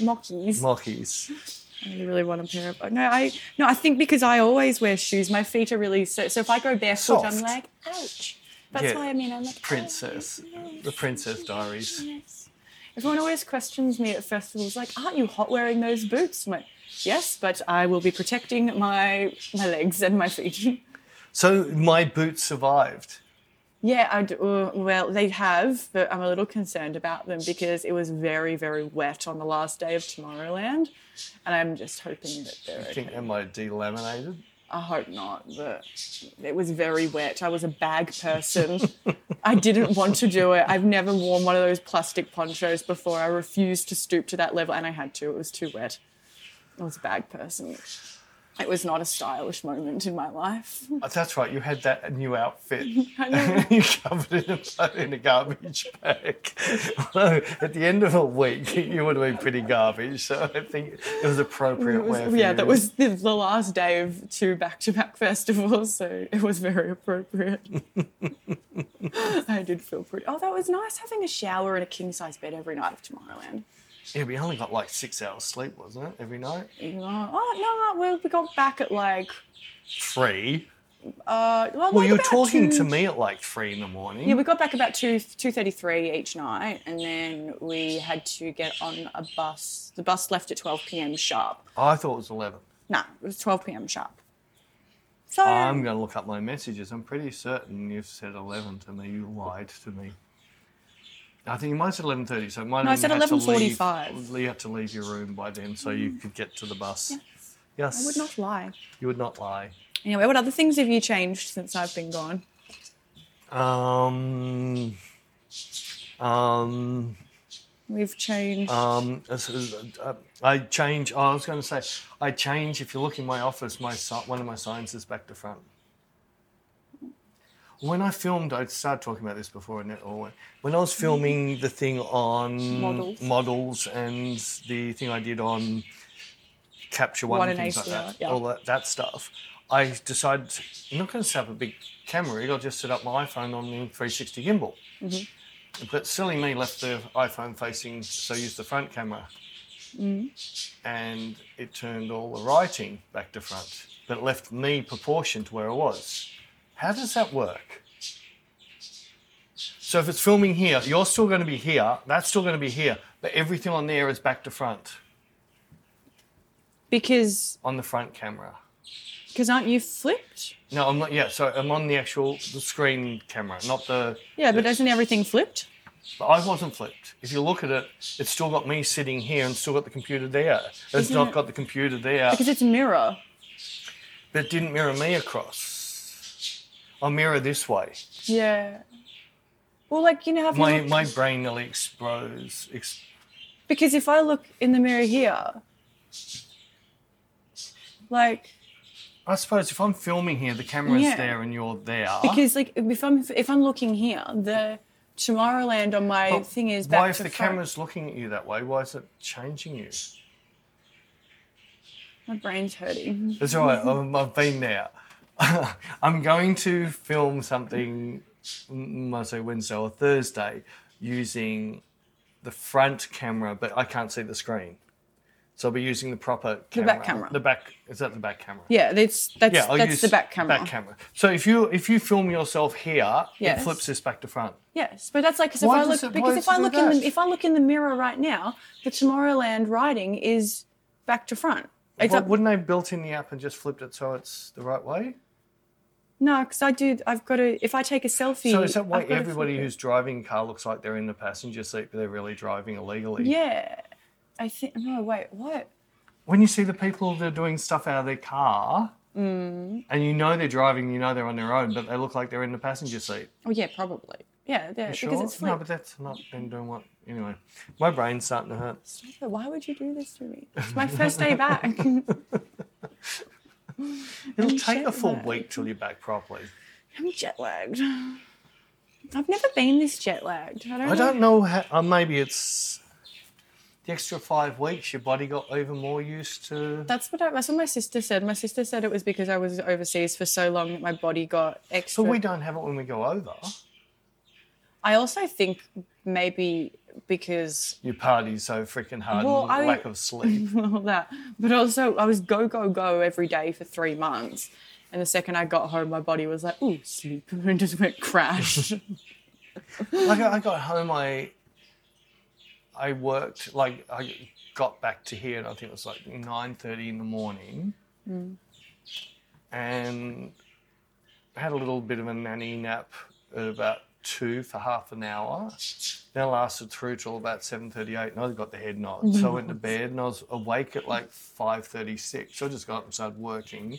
Mockies.
Mockies.
I really want a pair of. No, I no, I think because I always wear shoes, my feet are really so. So if I go barefoot, I'm
Soft.
like, ouch. That's
Yeah.
why I mean I'm like "Oh,
Princess. The Princess Diaries.
Yes. Everyone always questions me at festivals, like, aren't you hot wearing those boots? I'm like, yes, but I will be protecting my my legs and my feet.
So my boots survived.
yeah, I d- uh, well, they have, but I'm a little concerned about them because it was very, very wet on the last day of Tomorrowland, and I'm just hoping that they're
I
okay.
think they might have delaminated.
I hope not, but it was very wet. I was a bag person. I didn't want to do it. I've never worn one of those plastic ponchos before. I refused to stoop to that level, and I had to. It was too wet. I was a bag person. It was not a stylish moment in my life.
Oh, that's right, you had that new outfit.
I know.
you covered it in, in a garbage bag. Although at the end of a week, you would have been pretty garbage. So I think it was appropriate
It was-
wear. For
yeah,
you.
that was the, the last day of two back-to-back festivals, so it was very appropriate. I did feel pretty. Oh, that was nice having a shower and a king-size bed every night of Tomorrowland.
Yeah, we only got like six hours sleep, wasn't it, every night?
No, oh no, well, we got back at like.
Three.
Uh, well,
Well,
like
you were
about
talking
two-
to me at like three in the morning.
Yeah, we got back about two two thirty three each night, and then we had to get on a bus. The bus left at twelve p.m. sharp.
I thought it was 11.
No, it was twelve p.m. sharp. So
I'm going to look up my messages. I'm pretty certain you've said 11 to me. You lied to me. I think you might have said 11.30, so mine
No, I said 11:45.
You had to leave your room by then so you could get to the bus. Yes.
Mm. I would not lie.
You would not lie.
Anyway, what other things have you changed since I've been gone?
Um, um,
We've changed.
um, this is- uh, I change. Oh, I was going to say, I change. If you look in my office, my si- one of my signs is back to front. When I filmed, I started talking about this before, and it all went. When I was filming the thing on
Models.
models and the thing I did on Capture One,
One
and
and
things like
ACR,
that,
yeah.
all that, that stuff, I decided I'm not going to set up a big camera rig. I'll just set up my iPhone on the 360 gimbal. But silly me left the iPhone facing, so I used the front camera. And it turned all the writing back to front, but it left me proportioned to where I was. How does that work? So if it's filming here, you're still going to be here, that's still going to be here, but everything on there is back to front
because,
on the front camera.
because aren't you flipped?
No, I'm not, yeah, so I'm on the actual the screen camera, not the.
Yeah, but
the-
isn't everything flipped?
But I wasn't flipped. If you look at it, it's still got me sitting here and still got the computer there. It's
Isn't
not
it-
got the computer there.
Because it's a mirror.
that didn't mirror me across. I'll mirror this way.
Yeah. Well, like you know, have you
My
looked-
my brain nearly explodes. Ex-
because if I look in the mirror here, like
I suppose if I'm filming here, the camera's
Yeah.
there and you're there.
because like if I'm if I'm looking here, the Tomorrowland on my
Well,
thing is back
Oh, why if
to
the
front.
camera's looking at you that way? Why is it changing you?
My brain's hurting.
That's all right. I've, I've been there. I'm going to film something, mm, I say Wednesday or Thursday, using the front camera, but I can't see the screen. So I'll be using the proper camera.
back camera.
The back, is that the back camera?
Yeah, that's that's
I'll
that's
use
the back camera.
Back camera. So if you if you film yourself here,
Yes.
it flips this back to front.
Yes, but that's like 'cause if
Why
I look
does it- why
because
does
if I
it do
look in
that?
the if I look in the mirror right now, the Tomorrowland writing is back to front. It's
Well,
up-
wouldn't they have built in the app and just flipped it so it's the right way?
no, because I do. I've got to. If I take a selfie,
So is that why
I've gotta
everybody
flip it.
who's driving a car looks like they're in the passenger seat, but they're really driving illegally?
yeah, I think no wait what
when you see the people that are doing stuff out of their car
Mm.
and you know they're driving, you know they're on their own, but they look like they're in the passenger seat.
oh yeah probably yeah yeah
Sure.
because it's
no,
flipped.
but that's not been doing what. Anyway, my brain's starting to hurt.
Stop it. Why would you do this to me? It's my first day back.
It'll take a
jet
full
lag.
week till you're back properly.
I'm jet lagged. I've never been this jet lagged. I don't.
I don't know how. Uh, maybe it's the extra five weeks. Your body got even more used to.
That's what I, that's what my sister said. My sister said it was because I was overseas for so long that my body got extra.
But we don't have it when we go over.
I also think maybe because
You party so freaking hard
Well,
and
I-
lack of sleep.
all that, but also I was go go go every day for three months, and the second I got home, my body was like, "Ooh, sleep," and just went crash.
like I I got home, I I worked like I got back to here, and I think it was like nine thirty in the morning, and I had a little bit of a nanny nap at about two for half an hour. That lasted through till about seven thirty-eight, and I got the head nod. So I went to bed, and I was awake at like five thirty-six. So I just got up and started working.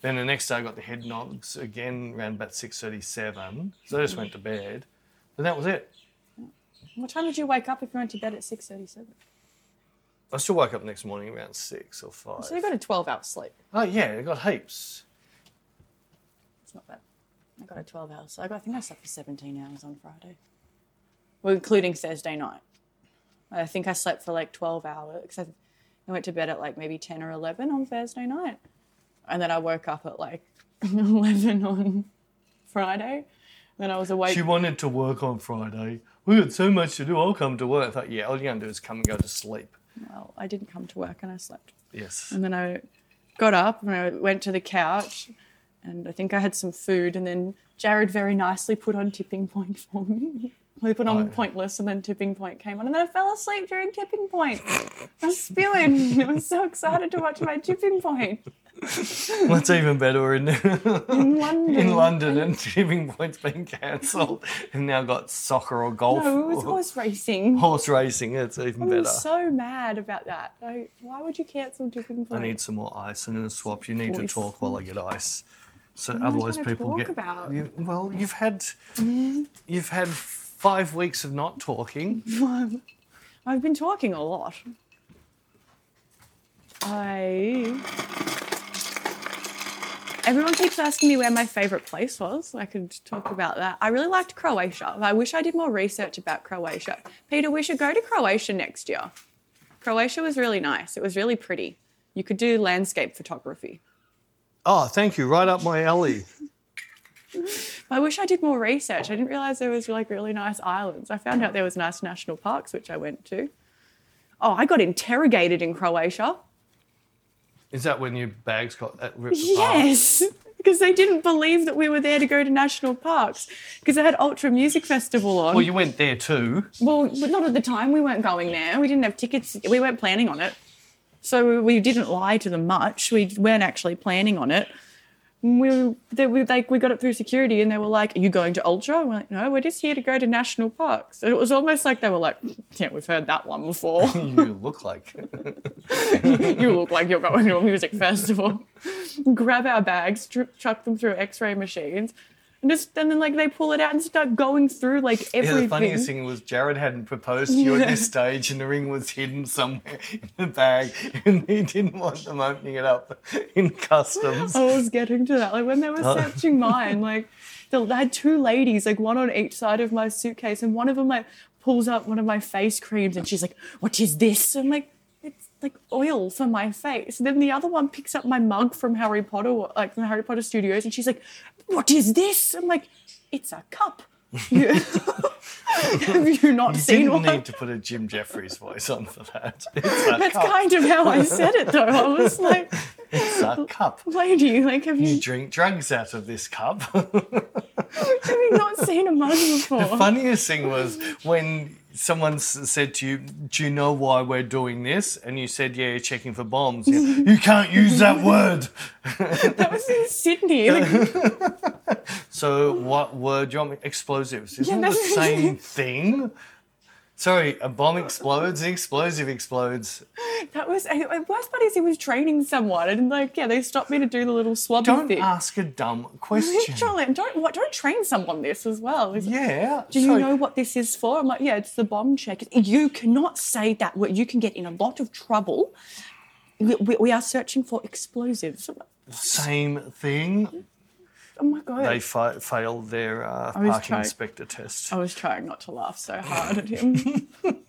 Then the next day, I got the head nods again around about six thirty-seven. So I just went to bed. And that was it.
what time did you wake up if you went to bed at six thirty-seven?
I still woke up next morning around six or five.
So you got a twelve-hour sleep.
Oh yeah, I got heaps.
It's not bad. I got a twelve-hour. So I, got, I think I slept for seventeen hours on Friday, well, including Thursday night. I think I slept for like twelve hours because I, I went to bed at like maybe ten or eleven on Thursday night, and then I woke up at like eleven on Friday. And then I was awake.
She wanted to work on Friday. We had so much to do. I'll come to work. I thought, yeah, all you're gonna do is come and go to sleep.
well, I didn't come to work and I slept.
Yes.
And then I got up and I went to the couch, and I think I had some food. And then Jared very nicely put on Tipping Point for me. He put on
Oh.
Pointless, and then Tipping Point came on, and then I fell asleep during Tipping Point. I was spewing. I was so excited to watch my Tipping Point
That's even better in
in London.
in London and tipping points being cancelled and now got soccer or golf
No, it was
or
horse racing.
horse racing. It's even
I'm
Oh, better.
so mad about that. I, why would you cancel Tipping
I
Point?
need some more ice and a swap. You need to
Voice.
talk while I get ice. So
am I
otherwise
trying to
people
talk
get
about? Mm-hmm.
You- well, you've had you've had five weeks of not talking.
I've been talking a lot. I. Everyone keeps asking me where my favourite place was. I could talk about that. I really liked Croatia. I wish I did more research about Croatia. Peter, we should go to Croatia next year. Croatia was really nice. It was really pretty. You could do landscape photography.
Oh, thank you. Right up my alley.
I wish I did more research. I didn't realize there was like really nice islands. I found out there was nice national parks, which I went to. Oh, I got interrogated in Croatia.
Is that when your bags got uh, ripped apart?
Yes, because they didn't believe that we were there to go to national parks because they had Ultra Music Festival on.
Well, you went there too.
Well, but not at the time. We weren't going there. We didn't have tickets. We weren't planning on it. So we didn't lie to them much. We weren't actually planning on it. we, they, we like we got it through security and they were like, Are you going to Ultra? And we're like, No, we're just here to go to national parks. And it was almost like they were like, Yeah, we've heard that one before.
you look like.
you look like you're going to a music festival. Grab our bags, tr- chuck them through X-ray machines, and just and then like they pull it out and start going through like
Yeah,
everything.
the funniest thing was Jared hadn't proposed to you at this stage, and the ring was hidden somewhere in the bag, and he didn't want them opening it up in customs.
I was getting to that. Like when they were searching mine, like the- they had two ladies, like one on each side of my suitcase, and one of them like pulls up one of my face creams, and she's like, "What is this?" I'm like, "It's like oil for my face." And then the other one picks up my mug from Harry Potter, like from Harry Potter Studios, and she's like, "What is this?" I'm like, "It's a cup." You- Have you not
You
seen
didn't
one?
need to put a Jim Jeffries voice on for that. It's a
That's
cup.
kind of how I said it, though. I was like,
it's a cup.
"Lady, like, have
You
you,
drink drugs out of this cup.
have you not seen a mug before?"
funniest thing was when someone s- said to you, "Do you know why we're doing this?" and you said, "Yeah, you're checking for bombs." You, go, "You can't use that word.
That was in Sydney. Like,
So what word do you want me? Explosives. Isn't
Yeah,
it the
that's-
same thing? Sorry, a bomb explodes, an explosive explodes.
that was and the worst part is he was training someone and like yeah they stopped me to do the little swab
Don't
thing.
ask a dumb question.
Literally, and don't what don't train someone this as well. He's like,
Yeah.
Do you know what this is for? I'm like, yeah, it's the bomb check. You cannot say that. word. You can get in a lot of trouble. We, we, we are searching for explosives.
Same thing.
Oh my god!
They fa- failed their uh,
was
parking
trying- Oh.
inspector test.
I was trying not to laugh so hard at him.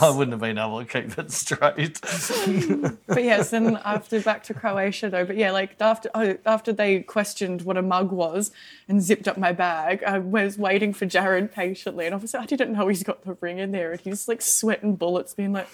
I wouldn't have been able to keep that straight.
but yes, then after back to Croatia though. But yeah, like after oh, after they questioned what a mug was and zipped up my bag, I was waiting for Jared patiently, and obviously I didn't know he's got the ring in there, and he's like sweating bullets, being like,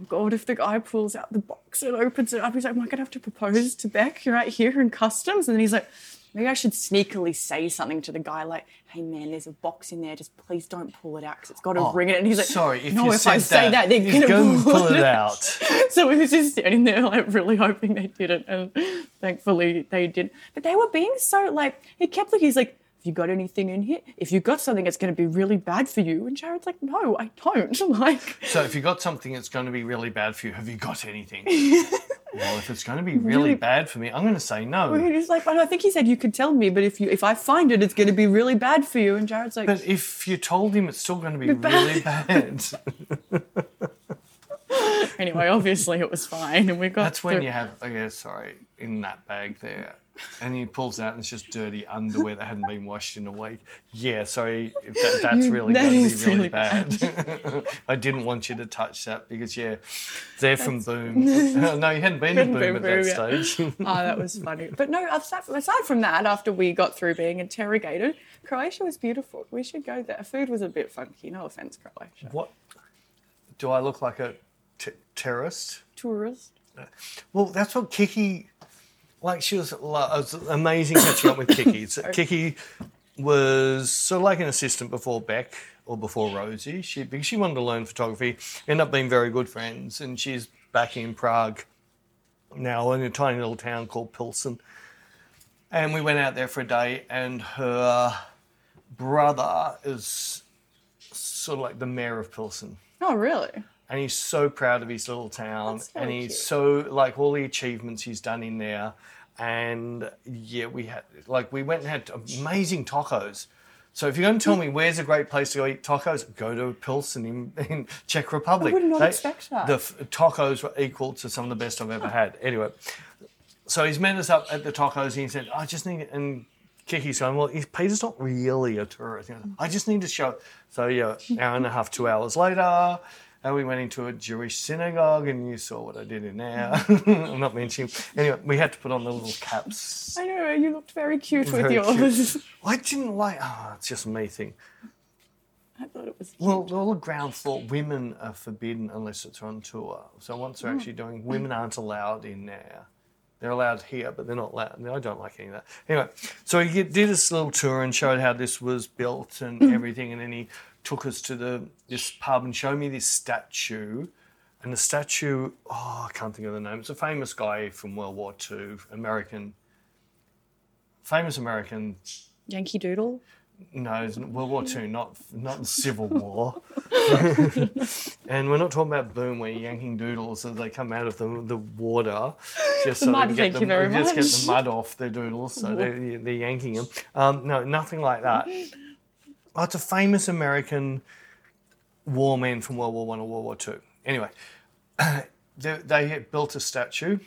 oh "God, if the guy pulls out the box and opens it up, he's like, am I gonna have to propose to Beck right here in customs?" And then he's like. Maybe I should sneakily say something to the guy like, "Hey man, there's a box in there. Just please don't pull it out because it's got a
Oh,
ring in it." And he's like,
sorry, if
no,
you
if
said
I say that, they're
you
gonna
go and
pull,
pull it
out.
out.
So we was just standing there, like really hoping they didn't, and thankfully they did. But they were being so like he kept looking. He's like, "Have you got anything in here? If you got something, it's going to be really bad for you." And Jared's like, "No, I don't." Like,
So if you got something that's going to be really bad for you, have you got anything? well, if it's going to be really,
Really-
bad for me, I'm going to say no.
he's like, "But I think he said you could tell me, but if you if I find it, it's going to be really bad for you." And Jared's like,
But if you told him, it's still going to be really bad.
"Anyway, obviously it was fine, and we got."
That's when
through.
you have, oh yeah, sorry, in that bag there. And he pulls out and it's just dirty underwear that hadn't been washed in a week. Yeah, sorry, if that, that's really
that
going to
is
be really,
really
bad. I didn't want you to touch that because, yeah, they're from Boom. no, you hadn't been to
Hadn't
Boom
been Boom
at that
yet.
stage.
Ah, that was funny. But no, aside from, aside from that, after we got through being interrogated, Croatia was beautiful. We should go there. Food was a bit funky. No offense, Croatia.
what? Do I look like a t- terrorist?
Tourist.
Well, that's what Kiki, like, she was, lo- it was amazing catching up with Kiki. So Kiki was sort of like an assistant before Beck or before Rosie. She because she wanted to learn photography, ended up being very good friends, and she's back in Prague now in a tiny little town called Pilsen. And we went out there for a day, and her brother is sort of like the mayor of Pilsen
Oh, really?
and he's so proud of his little town
That's
and
really
he's
cute.
so like all the achievements he's done in there and yeah we had like we went and had amazing tacos so if you're going to tell me where's a great place to go eat tacos go to pilsen in, in czech republic
I would not expect that.
the f- tacos were equal to some of the best i've ever had anyway so he's met us up at the tacos and he said i just need and Kiki's going, well, if Peter's not really a tourist. He goes, I just need to show. So, yeah, hour and a half, two hours later, and we went into a Jewish synagogue, and you saw what I did in there. I'm not mentioning. Anyway, we had to put on the little caps.
I know, you looked very cute
Very
with yours.
I didn't like, oh, it's just me thing.
I thought it was.
Well, all the ground floor women are forbidden unless it's on tour. So once they're actually doing, women aren't allowed in there. They're allowed here, but they're not allowed. No, I don't like any of that. Anyway, so he get- did this little tour and showed how this was built and everything, and then he took us to the this pub and showed me this statue. And the statue, oh, I can't think of the name. It's a famous guy from World War II, American famous American
Yankee Doodle.
No, it's World War Two, not not the Civil War. and we're not talking about boom where you're yanking doodles as they come out of the, the water, just so
mud,
they
thank
get the,
you very
just get the
much.
mud off their doodles, so they're, they're yanking them. Um, no, nothing like that. Oh, it's a famous American war man from World War One or World War Two. Anyway, they, they had built a statue,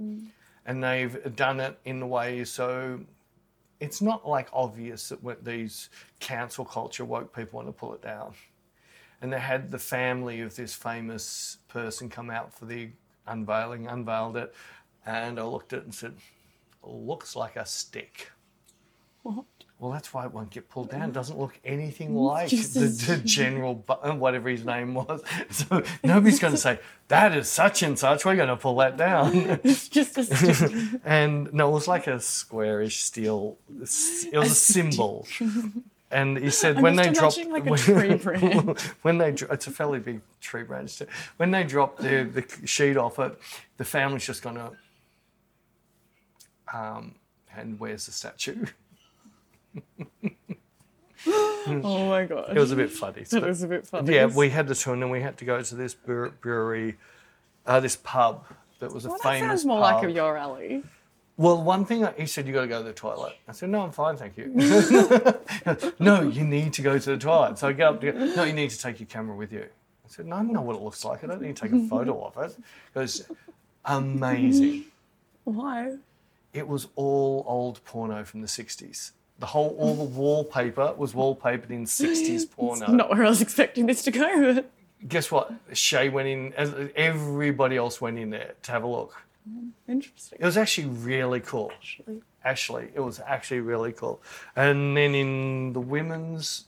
Mm.
and they've done it in a way so it's not like obvious that what these council culture woke people want to pull it down. And they had the family of this famous person come out for the unveiling, unveiled it, and I looked at it and said, "Looks like a stick."
What?
Well, that's why it won't get pulled down. It doesn't look anything like the,
Jesus.
the general, bu- whatever his name was. So nobody's going to say, that is such and such. We're going to pull that down.
It's just a stick.
and no, it was like a squarish steel, it was a symbol. And he said, when they
just
dropped.
imagining, like a
when-
tree branch.
when they dro- it's a fairly big tree branch too. when they drop the, the sheet off it the family's just gonna um and where's the statue
oh my god.
it was a bit funny
That was a bit funny.
yeah we had the tour and then we had to go to this brew- brewery uh, this pub that was a
Well, that
famous
sounds more
pub.
like a your alley.
Well, one thing I- he said, you got to go to the toilet. I said, no, I'm fine, thank you. no, you need to go to the toilet. So I get up to go, no, you need to take your camera with you. I said, no, I don't know what it looks like. I don't need to take a photo of it. It was amazing.
Why?
It was all old porno from the 60s. The whole, all the wallpaper was wallpapered in 60s porno.
Not where I was expecting this to go. But
Guess what? Shay went in, as everybody else went in there to have a look.
interesting.
It was actually really cool.
Actually.
actually. It was actually really cool. And then in the women's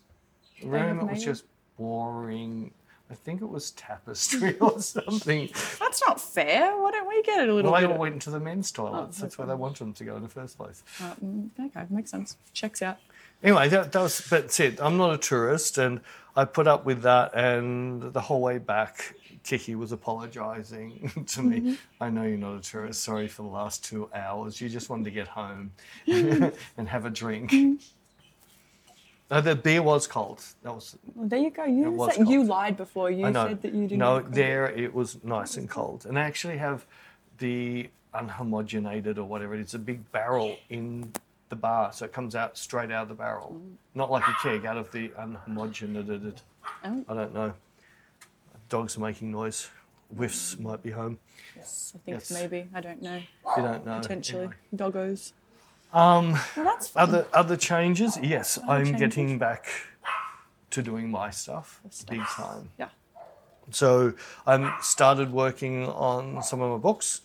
room, it
have
was
made-
just boring. I think it was tapestry or something.
That's not fair. Why don't we get it a little
Well, they
bit?
all went into the men's toilets.
Oh,
That's where they wanted them to go in the first place.
Uh, mm, okay, makes sense. Checks out.
Anyway, that, that was that's it. I'm not a tourist, and I put up with that. And the whole way back, Kiki was apologising to me. I know you're not a tourist. Sorry for the last two hours. You just wanted to get home and have a drink. Uh, the beer was cold. That was
Well, there you go. You
was
said, you
cold.
lied before. You
I know.
said that you didn't.
no,
have COVID.
there it was nice and cold. And I actually have the unhomogenated or whatever it is, a big barrel in the bar, so it comes out straight out of the barrel, not like a keg out of the unhomogenated.
Oh.
I don't know. Dogs are making noise. Whiffs might be home.
Yes, I think
Yes.
maybe. I don't know.
You don't know.
Potentially.
Anyway.
Doggos. Um, well, that's fun.
Other other changes? Yes, I'm
changes?
getting back to doing my stuff,
Stuff.
big time.
Yeah.
So I started working on some of my books.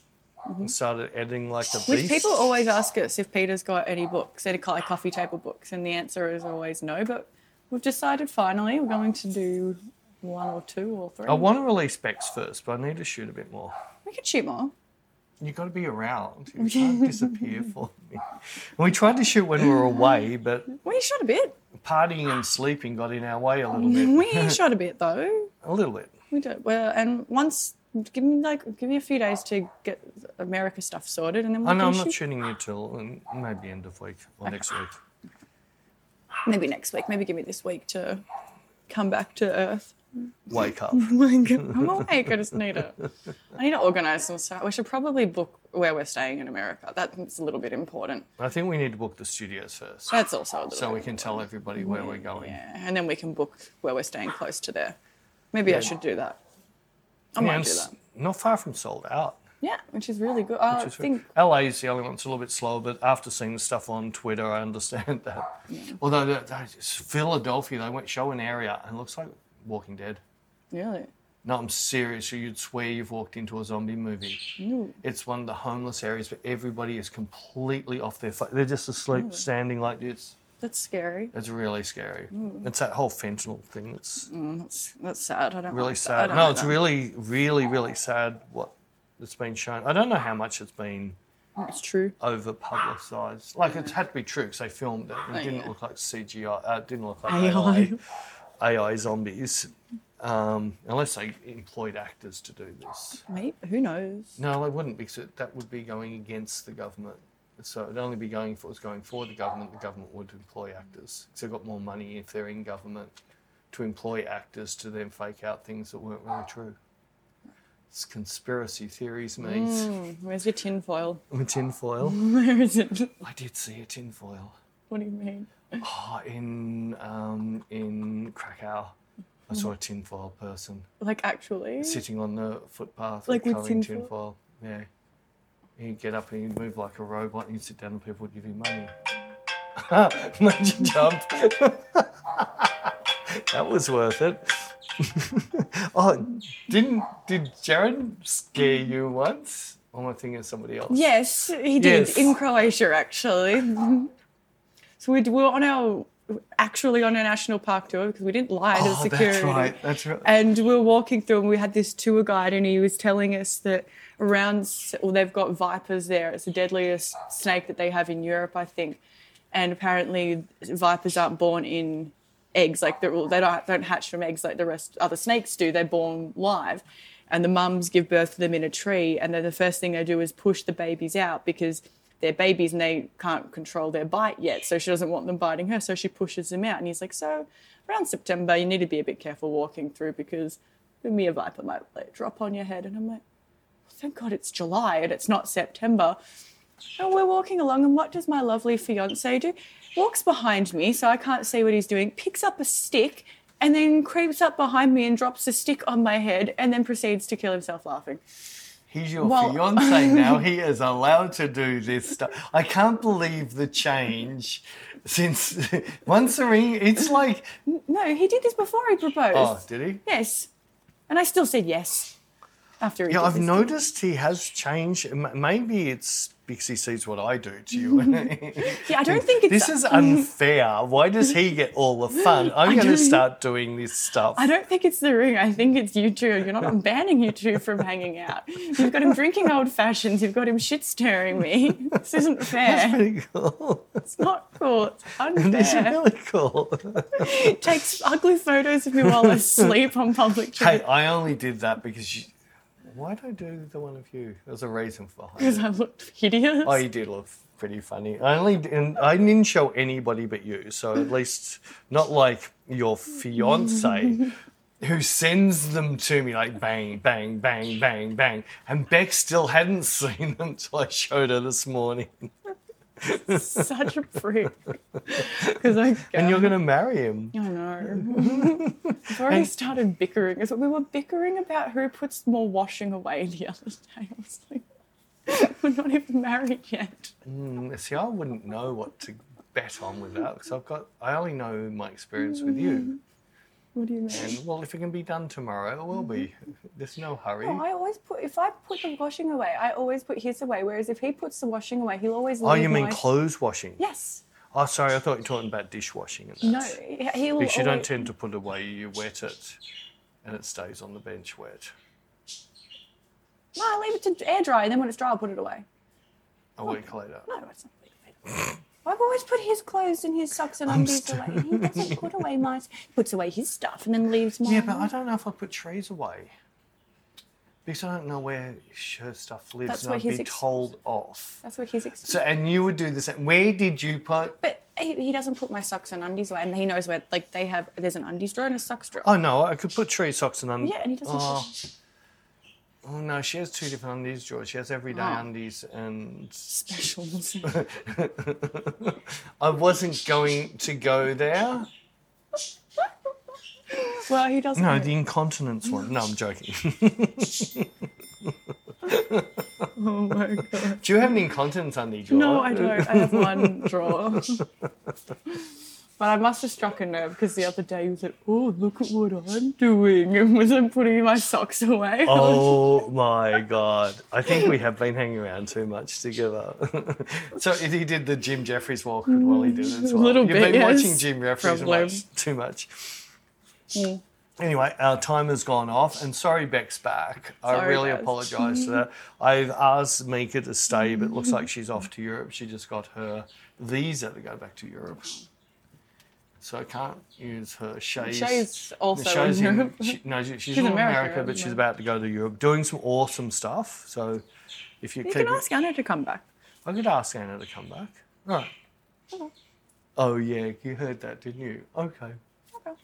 and Started editing like the
Which
beast.
Mm-hmm. people always ask us if Peter's got any books, any kind of coffee table books, and the answer is always no. But we've decided finally we're going to do one or two or three.
I want to release specs first, but I need to shoot a bit more.
we could shoot more.
You got to be around. You can't disappear for me. And we tried to shoot when we were away, but
We shot a bit.
partying and sleeping got in our way a little bit.
We shot a bit though.
A little bit.
We do. Well, and once give me like give me a few days to get America stuff sorted, and then we
I
can
know I'm
shoot
not shooting you till um, maybe end of week or next week.
maybe next week. Maybe give me this week to come back to earth.
Wake up.
Like, I'm awake. I just need to. I need to organise some stuff. We should probably book where we're staying in America. That's a little bit important.
I think we need to book the studios first,
That's also a little.
so we
bit
can tell everybody where we're going.
Yeah, and then we can book where we're staying close to there. Maybe I should do that. I
Yeah,
might
and
do
s-
that.
Not far from sold out.
Yeah, which is really good. Oh, I
Just-
think
LA is the only one that's a little bit slower, but after seeing the stuff on Twitter, I understand that. Although that, that is Philadelphia, they won't show an area and it looks like Walking Dead.
really.
No, I'm serious. You'd swear you've walked into a zombie movie. It's one of the homeless areas, but everybody is completely off their foot. They're just asleep, standing like this.
That's scary.
It's really scary. It's that whole fentanyl thing that's
That's, that's sad. Mm. I don't
really
like that. I
sad.
don't
No,
like
it's
that.
really, really, really sad what it's been shown. I don't know how much it's been
It's true.
over publicised. Like it's had to be true because they filmed it. It
Oh,
didn't
yeah.
look like CGI. Uh, it didn't look like AI,
AI.
AI zombies. Um, unless they employed actors to do this.
Mate, who knows?
No, they wouldn't because it, that would be going against the government. So it'd only be going if it was going for the government. The government would employ actors. So they've got more money if they're in government to employ actors to then fake out things that weren't really true. It's conspiracy theories, mate.
Mm. Hmm, Where's your tinfoil?
I'm a tinfoil.
Where is it?
I did see a tinfoil.
What do you mean?
Oh, in um, in Krakow, I saw a tinfoil person
Like actually?
sitting on the footpath,
Like with
with covered in
tinfoil?
tinfoil. Yeah, he'd get up and he'd move like a robot, and he'd sit down, and people would give him money. Major jump. that was worth it. oh, didn't did Jared scare you once? Am I thinking of somebody else?
Yes, he did
Yes.
in Croatia actually. so we, we were on our actually on our national park tour because we didn't lie to
Oh,
security.
that's right. That's right.
And we were walking through, and we had this tour guide, and he was telling us that around, s- well, they've got vipers there. It's the deadliest snake that they have in Europe, I think. And apparently, vipers aren't born in eggs, like they're, all- they don't, don't hatch from eggs like the rest other snakes do. They're born live. And the mums give birth to them in a tree, and then the first thing they do is push the babies out because they're babies and they can't control their bite yet. So she doesn't want them biting her, so she pushes them out. And he's like, So around September, you need to be a bit careful walking through because the mere viper might like, drop on your head. And I'm like, "Oh, Thank God it's July and it's not September. And we're walking along, and what does my lovely fiance do? Walks behind me, so I can't see what he's doing, picks up a stick, and then creeps up behind me and drops the stick on my head, and then proceeds to kill himself laughing.
He's your
Well-
fiance now. He is allowed to do this stuff. I can't believe the change since once the ring. It's like
No, he did this before he proposed.
oh, did he?
Yes. And I still said yes after he
Yeah,
did
I've
this.
noticed he has changed. M- Maybe it's because he sees what I do to you.
Yeah, I don't think it's. Mm.
this is unfair. Why does he get all the fun? I'm going to
don't-
start doing this stuff.
I don't think it's the ring. I think it's you two. You're not I'm banning you two from hanging out. You've got him drinking old fashions. You've got him shit stirring me. This isn't fair.
Pretty cool.
It's not cool. It's
This is
unfair.
really cool.
It takes ugly photos of me while asleep on public
hey,
transport
I only did that because you. Why'd I do the one of you? There's a reason behind it.
because I looked hideous.
Oh, you did look pretty funny. I only didn't, I didn't show anybody but you, so at least not like your fiance who sends them to me like bang, bang, bang, bang, bang. And Beck still hadn't seen them till I showed her this morning.
Such a prick. Because I.
And you're gonna marry him.
I know. I've already started bickering. It's like we were bickering about who puts more washing away the other day. I was like, we're not even married yet.
Mm, See, I wouldn't know what to bet on with that because I've got I only know my experience with you.
What do you mean?
And well, if it can be done tomorrow, it will be. There's no hurry.
No, I always put if I put the washing away, I always put his away. Whereas if he puts the washing away, he'll always.
Oh,
leave
you mean
my-
clothes washing?
Yes.
Oh, sorry, I thought you were talking about dishwashing. And
No. Oh.
that.
he- He'll.
Because you don't
always-
tend to put away, you wet it, and it stays on the bench wet.
No, I leave it to air dry, and then when it's dry, I'll put it away.
A
Oh.
week later.
No, it's not. I've always put his clothes and his socks and undies
st-
away. He doesn't put away my. He puts away his stuff and then leaves mine.
Yeah, but I don't know if I put trees away. Because I don't know where her stuff lives,
That's
and
where
I'd
he's
be
ex-
told off.
That's what he's. Ex-
So, and you would do the same. Where did you put?
But he, he doesn't put my socks and undies away, and he knows where. Like they have, there's an undies drawer and a socks drawer.
Oh no, I could put tree socks and undies.
yeah, and he doesn't.
Oh, oh, no, she has two different undies drawers. She has everyday
Oh.
undies and
Specials.
I wasn't going to go there.
well, he doesn't.
No,
know.
the incontinence one. No, I'm joking.
oh my god.
Do you have an incontinence undie drawer?
No, I don't. I have one drawer. but I must have struck a nerve because the other day he was like, "Oh, look at what I'm doing," and wasn't putting my socks away.
Oh my god! I think we have been hanging around too much together. so if he did the Jim Jeffries walk while he did it as
A
well.
little
You've
bit,
been
yes.
watching Jim Jeffries
Probably.
much too much.
Mm.
Anyway, our time has gone off, and sorry, Beck's back. I
Sorry,
really
guys.
apologise for that. I've asked Mika to stay, but it looks like she's off to Europe. She just got her visa to go back to Europe, so I can't use her shades.
Shay's
The
also
show's
in
in-
Europe.
she- no, she- she's,
in
in America,
America,
but she's
isn't
about to go to Europe, doing some awesome stuff. So, if you,
You
keep
can
it-
ask Anna to come back.
I could ask Anna to come back. Right. Oh yeah, you heard that, didn't you? Okay.
Okay.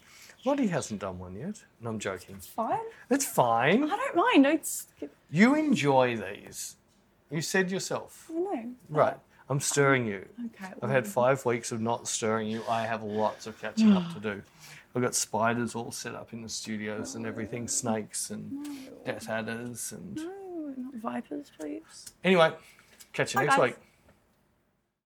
Lottie hasn't done one yet, and I'm joking.
Fine.
It's fine.
I don't mind. It's
You enjoy these. You said yourself.
no.
Right. I'm stirring you.
Mm. Okay.
I've had five weeks of not stirring you. I have lots of catching up to do. I've got spiders all set up in the studios and everything, snakes and
Mm.
death adders and
No, not vipers, please.
anyway, catch you
Bye,
next
guys.
week.